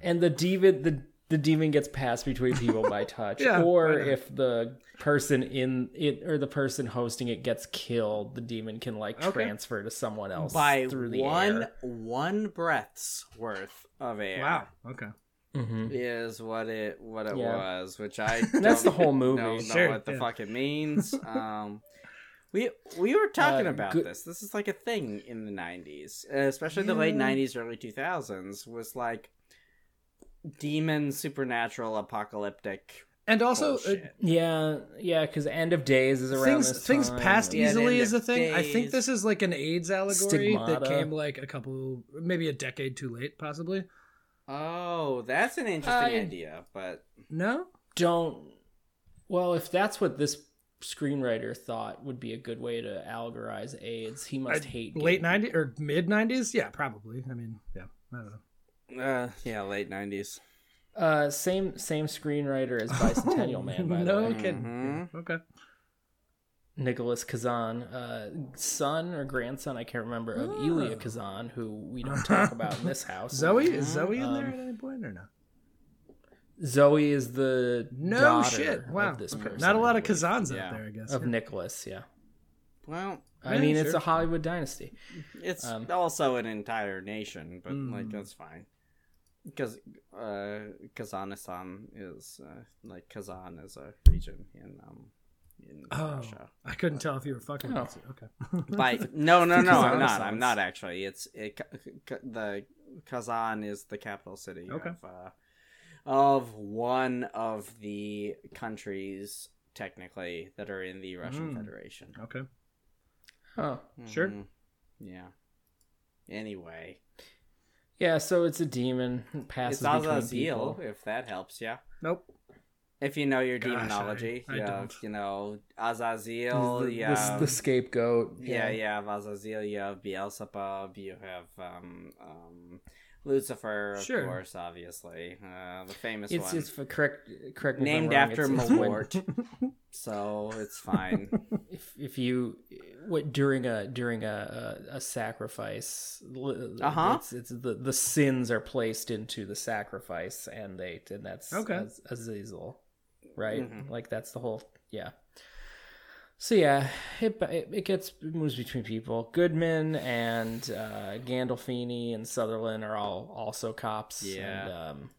and the demon the the demon gets passed between people by touch Yeah, or why not? if the person in it or the person hosting it gets killed the demon can like transfer to someone else by through the one air. one breath's worth of air. Wow. Okay. Mhm. is what it what it Yeah. was, which I That's the don't whole know- movie. Know, Sure, what the yeah. fuck it means? Um, we we were talking Uh, about good- this. This is like a thing in the '90s, uh, especially the late '90s, early 2000s. Was like demon, supernatural, apocalyptic. And also, uh, bullshit. Yeah, yeah, because End of Days is around things this things time. passed Yeah, easily then is the a thing. I think days- this is like an AIDS allegory Stigmata. that came like a couple, maybe a decade too late, possibly. oh, that's an interesting I- idea, but No. Don't. Well, if that's what this screenwriter thought would be a good way to allegorize AIDS, he must I- hate Late gay '90s or mid '90s? Yeah, probably. I mean, yeah. I don't know. uh, yeah, late '90s. Uh, same same screenwriter as Bicentennial Man, by the no way. kidding. Mhm. Yeah, Okay. Nicholas Kazan, uh, son or grandson, I can't remember, of Oh. Elia Kazan, who we don't talk about in this house. Zoe is Zoe in there Um, at any point or no? Zoe is the No daughter shit. Wow. of this Okay. person. Not a lot I of believe. Kazans Yeah. out there, I guess. of Yeah. Nicholas. Yeah, Well, I Yeah, mean it's sure. a Hollywood dynasty. It's Um, also an entire nation, but like Mm. that's fine. Because uh, Kazanistan is uh, like Kazan is a region in um in Oh. Russia. I couldn't tell if you were fucking. Oh. with it. Okay. Like no, no, no, I'm not. Kazanistans. I'm not actually. It's it, Ka- Ka- the Kazan is the capital city Okay. of uh, of one of the countries technically that are in the Russian Mm. Federation. okay. Oh, Sure. Mhm. Yeah. Anyway. yeah. So it's a demon who passes It's also between zeal, people. if that helps you. Nope. If you know your Gosh, I- demonology, I you, know, don't. you know, Azazel, the, you the- have, the scapegoat. um, yeah, you have Azazel, you have Beelzebub, you have um, um, Lucifer, of Sure. course, obviously. Uh, the famous It's one. it's for correct correct. me if I'm Named wrong, after it's- it's when- Malort. so it's fine. if if you what during a during a a, a sacrifice l- Uh-huh. it's, it's the the sins are placed into the sacrifice and they and that's Okay. Az- azazel right Mhm. like that's the whole yeah so yeah it it, it gets it moves between people goodman and uh gandolfini and sutherland are all also cops Yeah. and um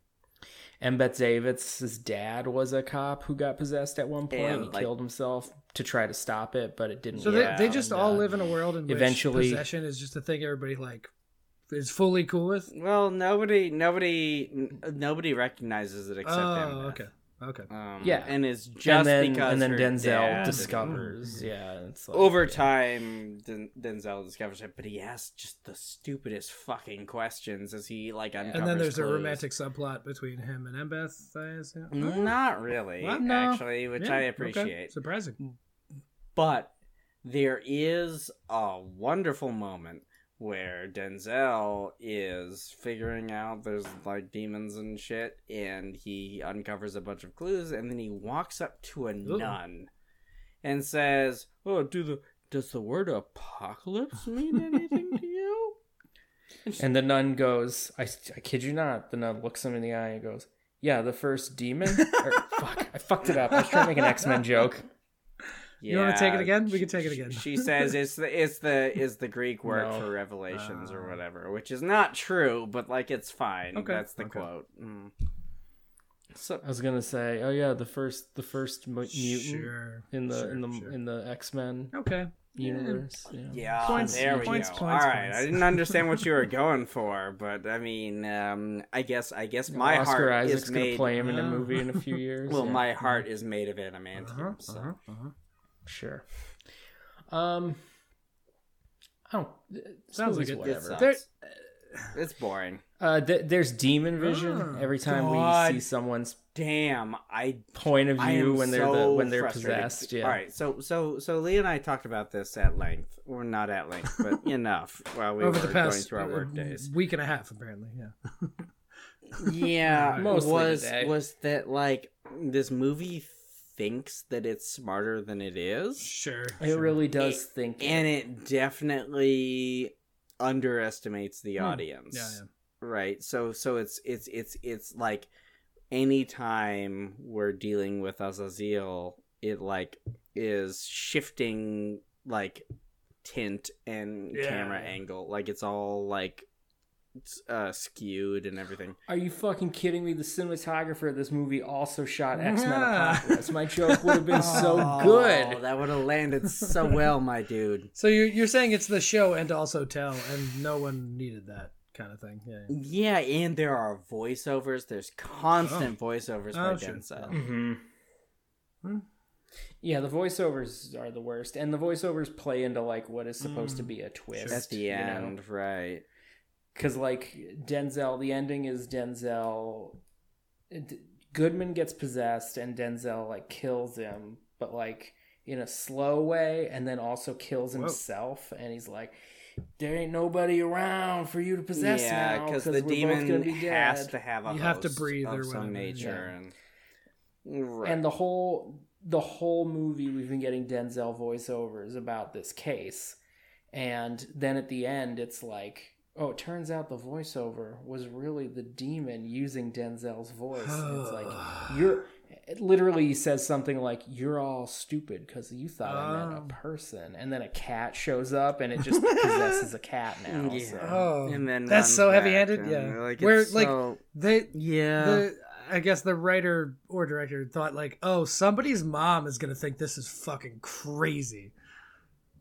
Embetzavitz's dad was a cop who got possessed at one point. And, he like- killed himself to try to stop it, but it didn't. So work. they, they just And, all uh, live in a world in eventually- which possession is just a thing everybody like is fully cool with. well, nobody, nobody, n- nobody recognizes it except oh, him. okay, okay. Um, Yeah. and it's just and then, because and then her Denzel dad- discovers. Yeah, it's like, over time Den- denzel discovers it but he asks just the stupidest fucking questions as he like uncovers And then there's a clues. romantic subplot between him and Embeth. I assume. not really Well, no. actually Mm, which Yeah, i okay. appreciate Surprising. but there is a wonderful moment where denzel is figuring out there's like demons and shit and he uncovers a bunch of clues and then he walks up to a nun and says oh do the does the word apocalypse mean anything to you And the nun goes, I, I kid you not. The nun looks him in the eye and goes, "Yeah, the first demon." or, fuck, I fucked it up. I was trying to make an X Men joke. You want to take it again? We can take it again. She says it's the it's the is the Greek word No. for revelations or Uh. whatever, which is not true, but like it's fine. Okay. That's the Okay. quote. Mm. So I was gonna say, oh yeah, the first the first mu- mutant Sure. in the sure, in the sure. in the X Men Okay. universe. Yeah. yeah, Points, there we points, go. points, All right, points. I didn't understand what you were going for, but I mean, um, I guess I guess my Oscar heart Isaac's is gonna made. play him in a Yeah. movie in a few years. Well, yeah. my heart is made of adamantium. Uh-huh, so. uh-huh, uh-huh. sure. Um, I don't. this Sounds like movie's it- It whatever. sucks. There- It's boring. Uh, th- there's demon vision Oh, every time God. we see someone's Damn, I point of I view am when they're the, so when they're frustrated. possessed. Yeah. All right. So so so Lee and I talked about this at length, or not at length, but enough while we Over were the past going through our work uh, days. week and a half, apparently. Yeah. Yeah, Mostly was today. was that like this movie thinks that it's smarter than it is, Sure. It really does It- think. and it definitely underestimates the Hmm. audience. Yeah, yeah. right so so it's it's it's it's like any time we're dealing with azazel it like is shifting like tint and Yeah. camera angle like it's all like s- uh skewed and everything Are you fucking kidding me? The cinematographer of this movie also shot X Men Yeah. Apocalypse. My joke would have been so Oh, good. that would have landed so well my dude So you're you're saying it's the show and to also tell, and no one needed that kind of thing. Yeah. yeah. yeah and there are voiceovers there's constant voiceovers by Oh, sure. Denzel. Mm-hmm. Hmm. Yeah, the voiceovers are the worst, and the voiceovers play into like what is supposed to Mm. be a twist at the end right Because like Denzel, the ending is Denzel. D- Goodman gets possessed, and Denzel like kills him, but like in a slow way, and then also kills Whoa. himself, and he's like. There ain't nobody around for you to possess now because the we're both gonna demon be has dead." to have a You have to host breathe of or some whatever, nature and right. and the whole the whole movie we've been getting denzel voiceovers about this case and then at the end it's like oh it turns out the voiceover was really the demon using denzel's voice And it's like you're it literally says something like you're all stupid because you thought i meant Oh. a person and then a cat shows up and it just possesses a cat now Yeah. so. Oh, And then that's runs so back, heavy-handed, and, yeah. Like, Where, it's like, so- they yeah, the I guess the writer or director thought like, oh, somebody's mom is gonna think this is fucking crazy.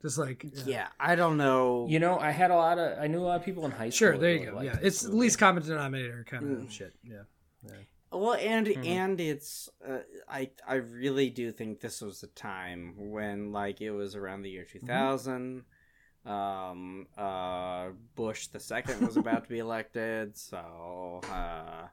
Just like yeah. I don't know. you know i had a lot of i knew a lot of people in high school Sure, that there you really go. liked Yeah, this it's movie. least common denominator kind of Mm. shit. Yeah. well, and Mhm. and it's uh, I I really do think this was a time when like it was around the year Mm-hmm. two Um, uh, Bush the second was about to be elected, so uh,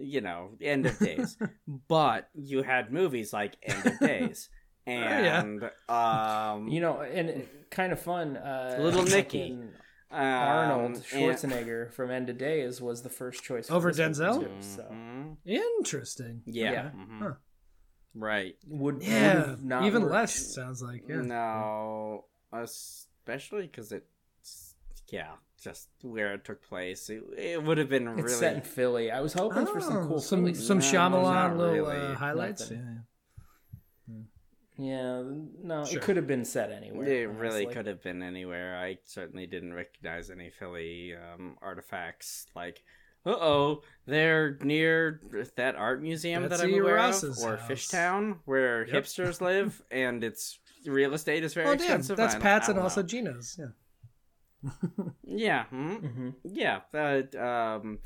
you know, end of days. but you had movies like End of Days yeah. and um, Oh, you know and it- kind of fun uh Little Nicky. fucking- um, Arnold and- Schwarzenegger from End of Days was the first choice for Over this one, Denzel? too, so Mhm. Interesting. Yeah. Yeah. mhm. Huh. Right. would Yeah. would've not Even worked. less sounds like. Mm, Yeah. No, especially because it, yeah, just where it took place, it, it would have been It's really set in Philly. I was hoping for some Oh, cool some Philly some stuff. No, Shyamalan not little really. uh, highlights. Yeah, Nothing. yeah. Yeah, no, Sure. it could have been set anywhere. It really honestly. could have been anywhere. I certainly didn't recognize any Philly um, artifacts. Like, uh oh, they're near that art museum that Betsy I'm aware E. Ross's of, or house. Fishtown, where Yep. hipsters live, and it's real estate is very Oh damn, expensive. that's I don't- Pat's I and don't also know. Gino's. Yeah. yeah, hmm Mhm. yeah. But, um,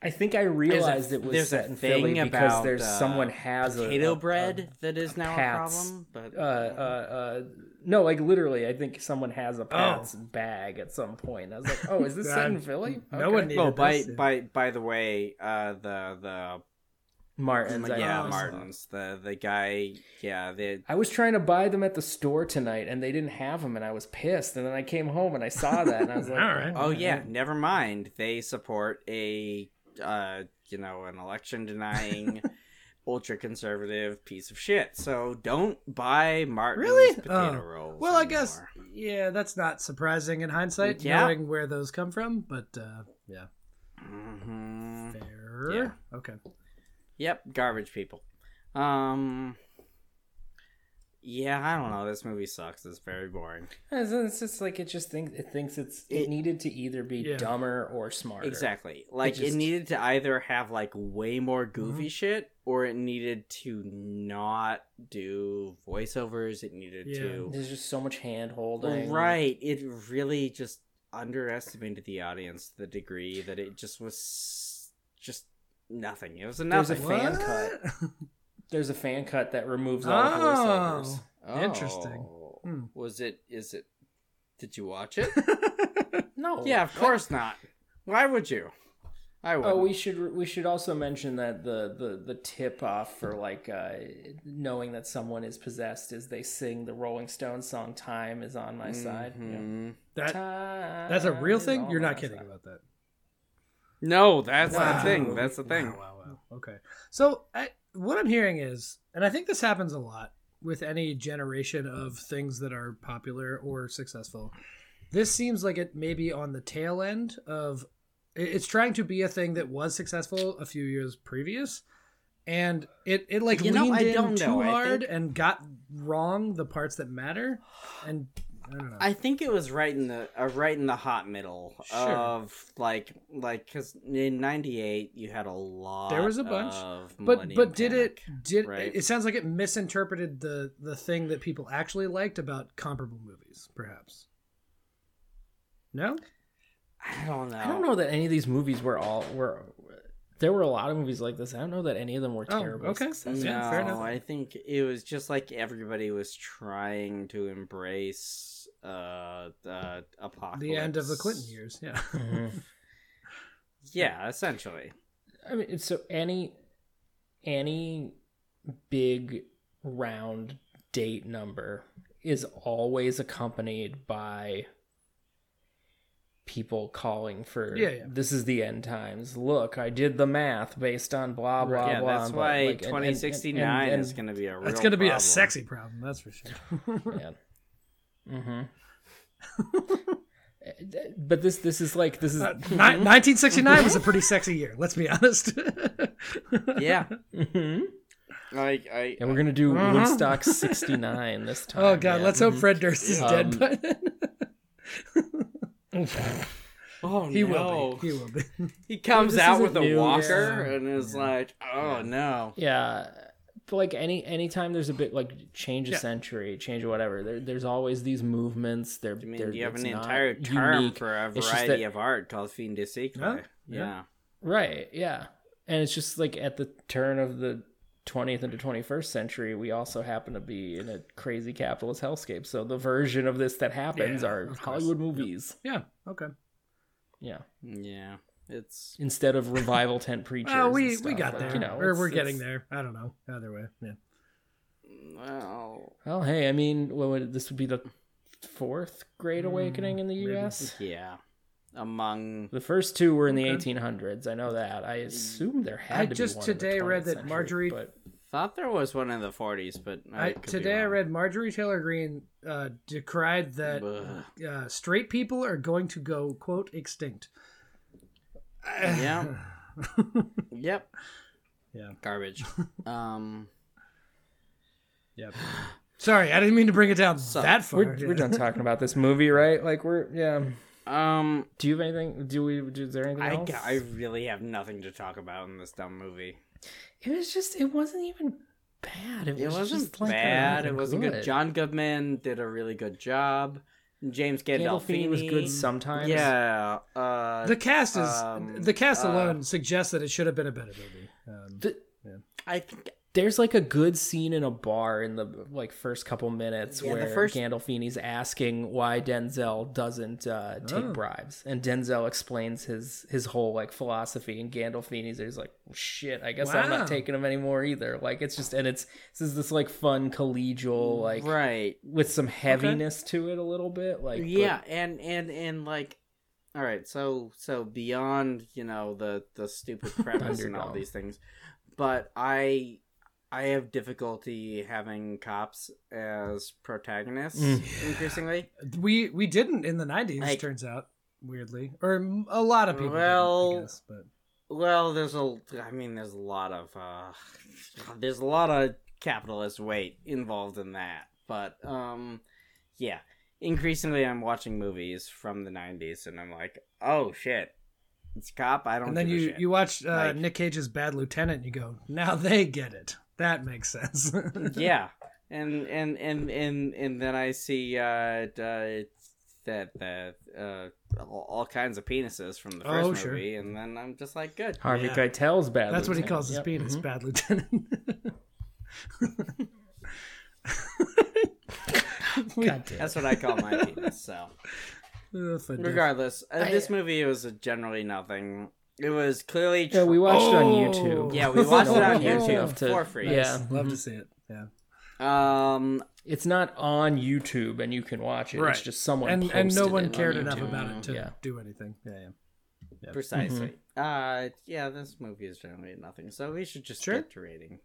I think I realized it was there's a set in thing Philly because about, there's uh, someone has a potato a- bread that is now Pat's, a problem. But uh, uh, uh, no, like literally, I think someone has Oh. a Pat's bag at some point. I was like, oh, is this set in God, Philly? no one needed Oh, by this. by by the way, uh, the the Martin's. I yeah know. Martins, the the guy, yeah, the I was trying to buy them at the store tonight, and they didn't have them, and I was pissed. And then I came home and I saw that, and I was like, All right. oh yeah, never mind. They support a uh, you know an election denying. Ultra conservative piece of shit. So don't buy Martin's Really? potato Oh. rolls. Well, I guess anymore. yeah, that's not surprising in hindsight, Yeah. knowing where those come from. But uh, yeah, Mhm. fair. Okay. Yep, garbage people. Um, yeah, I don't know. This movie sucks. It's very boring. It's, it's just like it just thinks it thinks it's it, It- needed to either be Yeah. dumber or smarter. Exactly. Like it, Mm-hmm. just- needed to either have like way more goofy shit or it needed to not do voiceovers. It needed Yeah. to There's just so much hand holding. Right. It really just underestimated the audience to the degree that it just was just nothing. It was a There's a nothing. f- fan cut. There's a fan cut that removes all the voiceovers. Oh. Interesting. Oh. Hmm. Was it? Is it? Did you watch it? Oh, No. yeah, of course not. Why would you? I would. Oh, we should we should also mention that the the the tip off for like uh, knowing that someone is possessed is they sing the Rolling Stones song "Time Is on My Mm-hmm. Side." Mm-hmm. You know, that, "Time that's a real is thing? on You're not my kidding side." about that. No, that's Wow. the thing. That's the thing. Wow, wow, wow. Okay. So I, what I'm hearing is, and I think this happens a lot with any generation of things that are popular or successful. This seems like it may be on the tail end of. it- It's trying to be a thing that was successful a few years previous, and it it like You know, leaned I in don't too know. I hard think- and got wrong the parts that matter, and I don't know. I think it was right in the uh, right in the hot middle Sure. of like like because in '98 you had a lot. There was a bunch. of but Millennium but did it Panic. did right? it sounds like it misinterpreted the the thing that people actually liked about comparable movies perhaps no I don't know. I don't know that any of these movies were all were. There were a lot of movies like this. I don't know that any of them were Oh, terrible. okay. successes. no, Yeah, fair enough. I think it was just like everybody was trying to embrace uh, uh apocalypse. the end of the clinton years yeah Mhm. Yeah, essentially. I mean, so any any big round date number is always accompanied by people calling for Yeah, yeah. this is the end times look i did the math based on blah blah yeah, blah that's blah, why like, and- and- and- 2069 and- is going to be a. Real that's gonna be a problem. sexy problem that's for sure Yeah. hmm but this this is like this is Uh, ni- 1969 was a pretty sexy year let's be honest Oh, Um, Yeah, Mhm. like I. and we're gonna do Mhm. Woodstock '69 this time. oh god yeah. let's hope fred durst is dead Um, by then Mm-hmm. Oh he no. will be he will be He comes This out isn't with a new, walker yeah. and is like, "Oh no." Yeah, but like any anytime there's a bit like change of Yeah. century, change of whatever. There, there's always these movements. They're, I mean, they're you have it's an not entire term unique. for a It's just variety that- of art called fiend de siècle. Huh? Yeah. Yeah. right? Yeah, and it's just like at the turn of the. 20th into 21st century, we also happen to be in a crazy capitalist hellscape. So the version of this that happens Yeah, are of course. Hollywood movies. yeah okay Yeah. yeah, It's instead of revival tent preachers. well, we and we stuff. got Like, there You know, or it's- we're it's- getting there i don't know either way yeah well, Well, hey, I mean, what would this would be the fourth Great Awakening in the Hmm, maybe. U.S. yeah, among The first two were in the Okay. 1800s. I know that. I assume there had I to be just one in the today read 20th that century, Marjorie- but- thought there was one in the 40s, but I, I, could be today I wrong. read Marjorie Taylor Greene uh, decried that Ugh. uh, straight people are going to go quote extinct. Yeah. Yep. Yeah. Garbage. um. Yep. Sorry, I didn't mean to bring it down So, that far. we're, we're done talking about this movie, right? Like we're yeah. Um. Do you have anything? Do we? Do, is there anything I, else? ca- I really have nothing to talk about in this dumb movie. It was just. It wasn't even bad. It, It was wasn't just like, bad. uh, it wasn't good. John Goodman did a really good job. James Gandolfini Gandolfini was good sometimes. Yeah. Uh, The cast is Um, the cast uh, alone suggests that it should have been a better movie. Um, The- I think there's like a good scene in a bar in the like first couple minutes Yeah, the where first- Gandolfini's asking why Denzel doesn't uh, take Oh. bribes, and Denzel explains his his whole like philosophy, and Gandolfini's is like, shit, I guess I'm Wow. not taking them anymore either. Like it's just and it's this is this like fun collegial like Mm, right. with some heaviness to it a little bit, like but- yeah, and and and like, all right. So so beyond you know the the stupid premise and all Thunderdome. these things, but I I have difficulty having cops as protagonists Mm. increasingly. we we didn't in the nineties. Like- turns out weirdly, or m- a lot of people. didn't, I Well, guess, but Well, there's a, I mean, there's a lot of, uh, there's a lot of capitalist weight involved in that. But um, yeah, increasingly I'm watching movies from the '90s, and I'm like, oh shit, it's cop. I don't. And then give a you shit. you watch uh, Like- Nick Cage's Bad Lieutenant, and you go, now they get it. That makes sense. yeah and and and and and then i see uh d- uh, that that uh all all kinds of penises from the first Oh, sure. movie and then i'm just like good Harvey Yeah. Keitel's bad. That's what he lieutenant. calls his Yep. penis, Mhm. Bad Lieutenant. Mm-hmm. God damn. that's what i call my penis so Oh, for dick. regardless uh, this movie was generally nothing it was clearly tr- Yeah, we watched it on Oh. YouTube. yeah, we watched it on Yeah. YouTube Enough to- for free. Yeah. Love to Mhm. see it. Yeah. Um, It's not on YouTube and you can watch it. Right. It's just someone And and no posted it one on cared enough YouTube. about it to Yeah. do anything. Yeah, yeah. precisely. Uh, yeah, this movie is generally nothing, so we should just Sure. get to rating.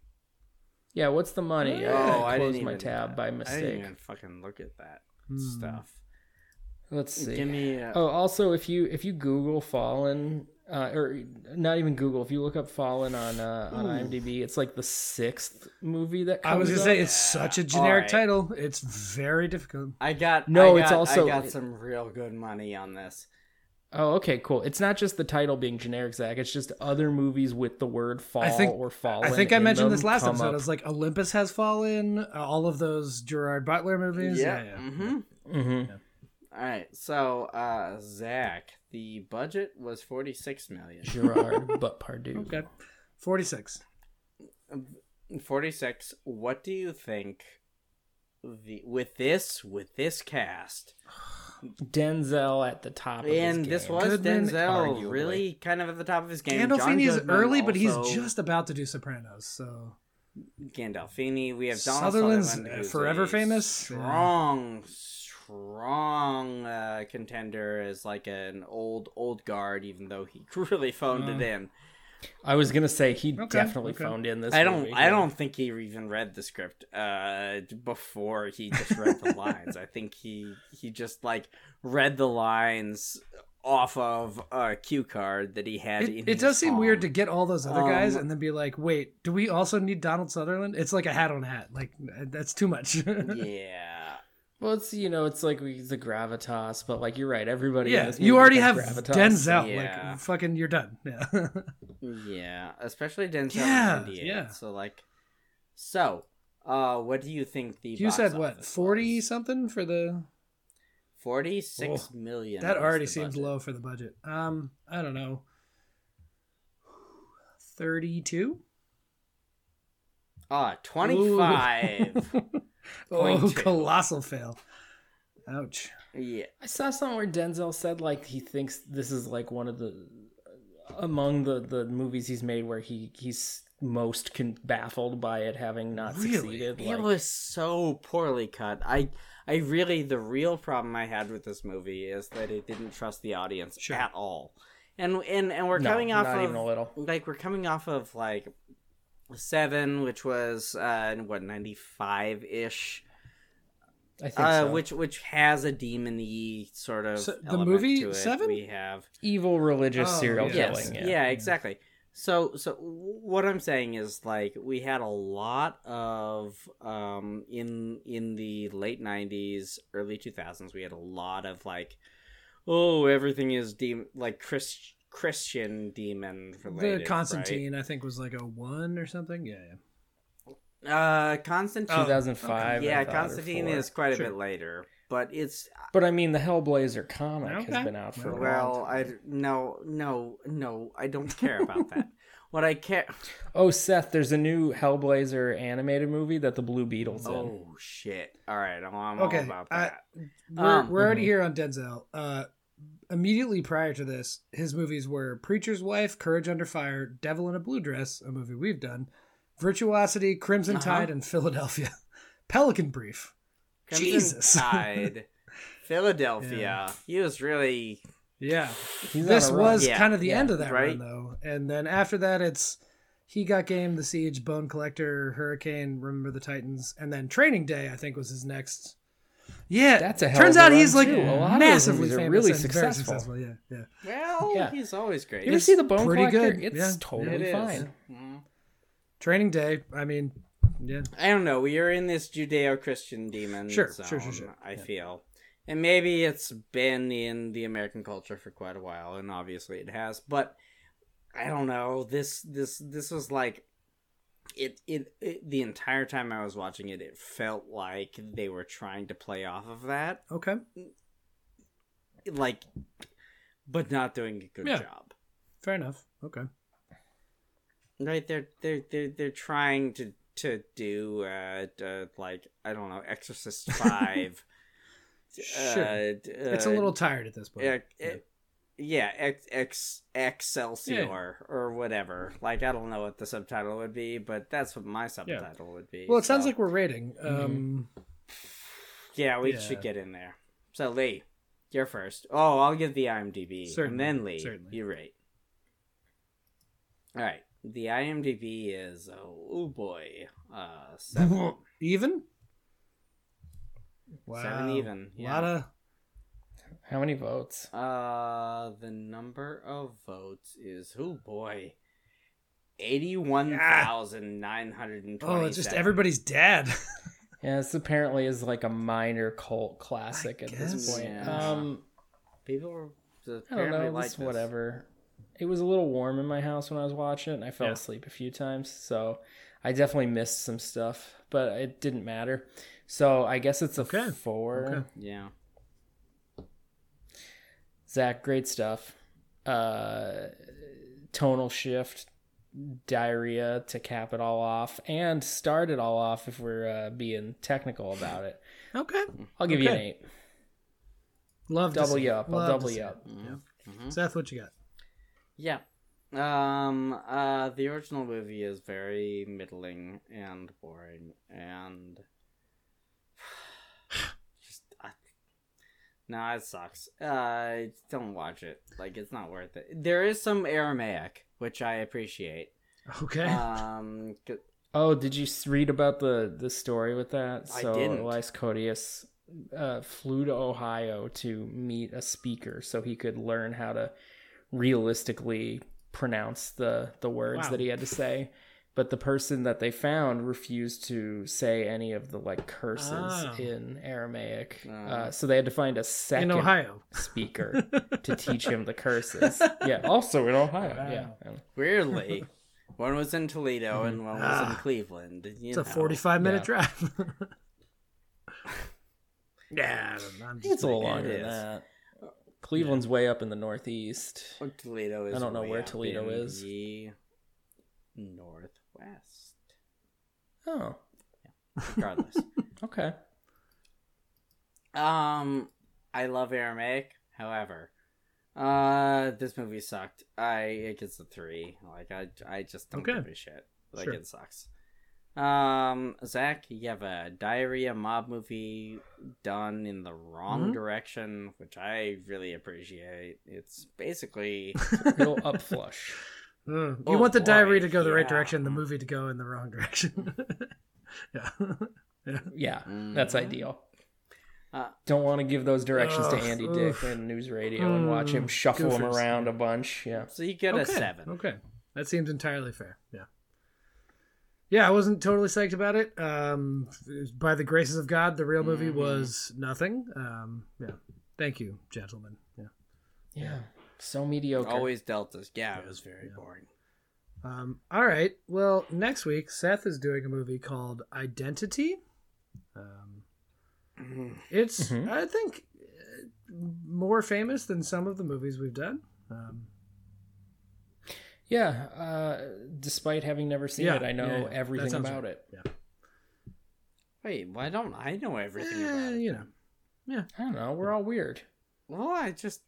Yeah, what's the money? oh, I closed didn't my even- tab by I didn't mistake. even fucking look at that Hmm. stuff. Let's see. Give me uh, a, Oh, also, if you if you Google Fallen, uh, or not even Google, if you look up Fallen on uh, on IMDb, it's like the sixth movie that comes I was gonna up. say it's such a generic Alright. title. It's very difficult. I got No, I it's got- also- I got some real good money on this. Oh, okay, cool. It's not just the title being generic, Zach. It's just other movies with the word fall I think- or fallen. I think I in mentioned them this last come episode. up. I was like, Olympus has fallen. uh, All of those Gerard Butler movies. Yeah, yeah. Mm-hmm. Mhm. All right. So, uh, Zach, the budget was forty six million. Gerard but Pardue. Okay. Forty six. Forty six. What do you think? The with this with this cast Denzel at the top. of and his this game. was Goodman, Denzel arguably. really kind of at the top of his game. John Gandolfini is Goodman early, but he's also- just about to do Sopranos. So Gandolfini. We have Donald Sutherland's Sutherland, who's forever a famous. Strong, strong uh, contender as like an old old guard, even though he really phoned Mm. it in. I was gonna say he Okay, definitely okay. phoned in this. I don't, movie. I don't think he even read the script uh, before he just read the lines. I think he he just like read the lines off of a cue card that he had. in it, it his does seem weird to song. get all those other guys Um, and then be like, wait, do we also need Donald Sutherland? It's like a hat on a hat. Like uh, that's too much. Yeah. Well, it's you know, it's like we, the gravitas, but like you're right. Everybody. in yeah, this you movie already has have gravitas. Denzel. yeah. Like fucking, you're done. Yeah. Yeah, especially Denzel Yeah, in 98. yeah. So like, so, uh, what do you think the you box said what? office Forty was? something for the Forty-six Oh, million that was already the seems budget. low for the budget. Um, I don't know. Thirty-two. Ah, twenty-five. Oh, Point two. colossal fail. Ouch. yeah, I saw something where Denzel said like he thinks this is like one of the among the the movies he's made where he he's most con- baffled by it having not Really? succeeded. it like- was so poorly cut. I, I really, the real problem I had with this movie is that it didn't trust the audience Sure. at all. And and and we're No, coming off not of even a little. like we're coming off of like seven, which was uh what ninety five ish. I think uh, so. which which has a demon-y sort of So, the element movie to it. Seven? We have evil religious Oh, serial yes, killing. yeah. exactly. So so what I'm saying is like we had a lot of um in in the late '90s, early 2000s, we had a lot of like oh everything is demon like Chris- Christian demon related. the right? Constantine, I think, was like a one or something. Yeah, yeah. uh, Oh, Constantine. 2005. Oh, I yeah, thought, or Constantine four. is quite a Sure. bit later, but it's But I mean, the Hellblazer comic has Okay. been out for a while. Well, I d- no no no. I don't care about that. what I care. Oh, Seth, there's a new Hellblazer animated movie that the Blue Beetles in. Oh shit! All right, I'm all Okay, about I- that. We're, Um, we're already mhm. here on Denzel. Uh, immediately prior to this, his movies were Preacher's Wife, Courage Under Fire, Devil in a Blue Dress, a movie we've done, Virtuosity, Crimson Uh-huh. Tide, and Philadelphia, Pelican Brief. Crimson Jesus. Tide, Philadelphia. He was really Yeah, He's this on a run. was Yeah, kind of the yeah, end of that right? run, though. And then after that, it's he got game, the siege, Bone Collector, Hurricane, Remember the Titans, and then Training Day. I think was his next. Yeah, That's a hell turns of a out run, he's like too. A lot of those massively movies are famous, really and very successful. successful. Yeah, yeah. well. Yeah. He's Mm-hmm. always great. You ever see the It's Bone pretty Collector? good. It's Yeah. totally It is. fine. Mhm. Training Day. I mean, Yeah. I don't know. We are in this Judeo-Christian demon Sure, zone. sure, sure, sure. I Yeah. feel, and maybe it's been in the American culture for quite a while, and obviously it has. But I don't know. This this this was like it it, it the entire time I was watching it, it felt like they were trying to play off of that, Okay. like, but not doing a good Yeah. job. Fair enough. Okay. Right? They're they're they're they're trying to to do uh, uh like I don't know Exorcist five. Sure. Uh, d- it's a uh, little tired at this point. yeah, e- yeah, ex, ex, Excelsior or whatever. Like I don't know what the subtitle would be, but that's what my subtitle would be. Well, it sounds so- like we're rating. Mm-hmm. Um, yeah, we yeah. should get in there. So Lee, you're first. Oh, I'll give the IMDb Certainly, and then Lee, certainly. you rate. All right, the IMDb is oh, oh boy, uh, seven, Even. seven even. A Yeah. lot of How many votes? Uh, the number of votes is oh boy, eighty-one thousand nine hundred and twenty. oh, it's just everybody's dad. Yeah, this apparently is like a minor cult classic I at this guess. point. Yeah. Um, people were I don't apparently know, like it's this. whatever. It was a little warm in my house when I was watching it, and I fell Yeah. asleep a few times, so I definitely missed some stuff, but it didn't matter. So I guess it's a Okay. four. Okay. Yeah, Zach, great stuff. Uh, tonal shift, diarrhea to cap it all off, and start it all off if we're uh, being technical about it. okay. I'll give you an Okay. eight. Love to Double see you it. up. I'll Love to double see you it. up. Mm-hmm. Seth, what you got? yeah. Um, uh, the original movie is very middling and boring and just I, nah, it sucks. Uh, don't watch it. Like, it's not worth it. There is some Aramaic, which I appreciate. Okay. Uh, Um, g- Oh, did you s- read about the the story with that? I So didn't. Elias Codius uh, flew to Ohio to meet a speaker so he could learn how to realistically pronounce the the words Wow. that he had to say. But the person that they found refused to say any of the like curses Oh. in Aramaic, Oh. uh, so they had to find a second In Ah. Ohio. speaker to teach him the curses. Yeah, also in Ohio. Wow. Yeah, Weirdly, one was in Mm-hmm. Toledo and one was in Ah. Cleveland. You It's know. a 45 minute Yeah. drive. yeah, I don't know. I'm just it's a little making- longer is. than that. Oh, Cleveland's way up in the northeast. Oh, Toledo is. I don't know way where up Toledo in is. The northwest. Oh, Regardless, okay. um, I love Aramaic. However, uh, this movie sucked. I it gets a three. Like I, I just don't Okay. give a shit. Like Sure. it sucks. Um, Zach, you have a diarrhea mob movie done in the wrong Mhm. direction, which I really appreciate. It's basically Little up flush. Mm. You Oh, want the boy, diary to go the right yeah. direction, the movie to go in the wrong direction. yeah. Yeah, that's mm-hmm. ideal. Uh, Don't want to give those directions to Mm-hmm. Ugh, Andy oof. Dick and News Radio and watch him Mm, shuffle them goofers, around yeah. a bunch. Yeah. So you get a okay. seven. Okay. That seems entirely fair. Yeah. Yeah, I wasn't totally psyched about it. Um, by the graces of God, the real movie Mhm. was nothing. Um, yeah. Thank you, gentlemen. Yeah. Yeah. So mediocre. Always deltas. Yeah, it was very Yeah. boring. Um, all right. Well, next week, Seth is doing a movie called Identity. Um, it's, Mhm. Mm-hmm. I think, uh, more famous than some of the movies we've done. Um, Yeah. Uh, despite having never seen Yeah, it, I know yeah, yeah. That everything sounds about right. it. Wait, why don't I know everything eh, about it? you know, I don't know. We're all weird. Well, I just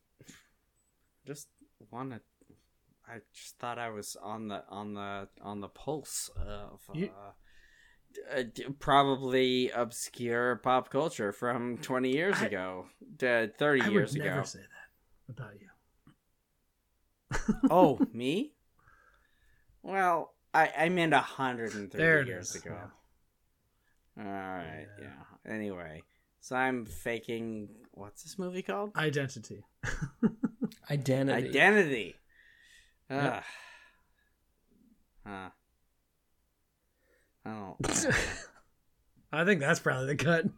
just wanna I just thought I was on the on the on the pulse of You- uh, d- uh, d- probably obscure pop culture from 20 years I- ago, d- 30 I years would ago. never say that about you. Oh, me? Well, I I meant 130 There it years is. ago. All right, yeah. Yeah. Anyway, so I'm faking what's this movie called? Identity. Identity. Identity. Yep. Ugh. Huh. I don't I think that's probably the cut.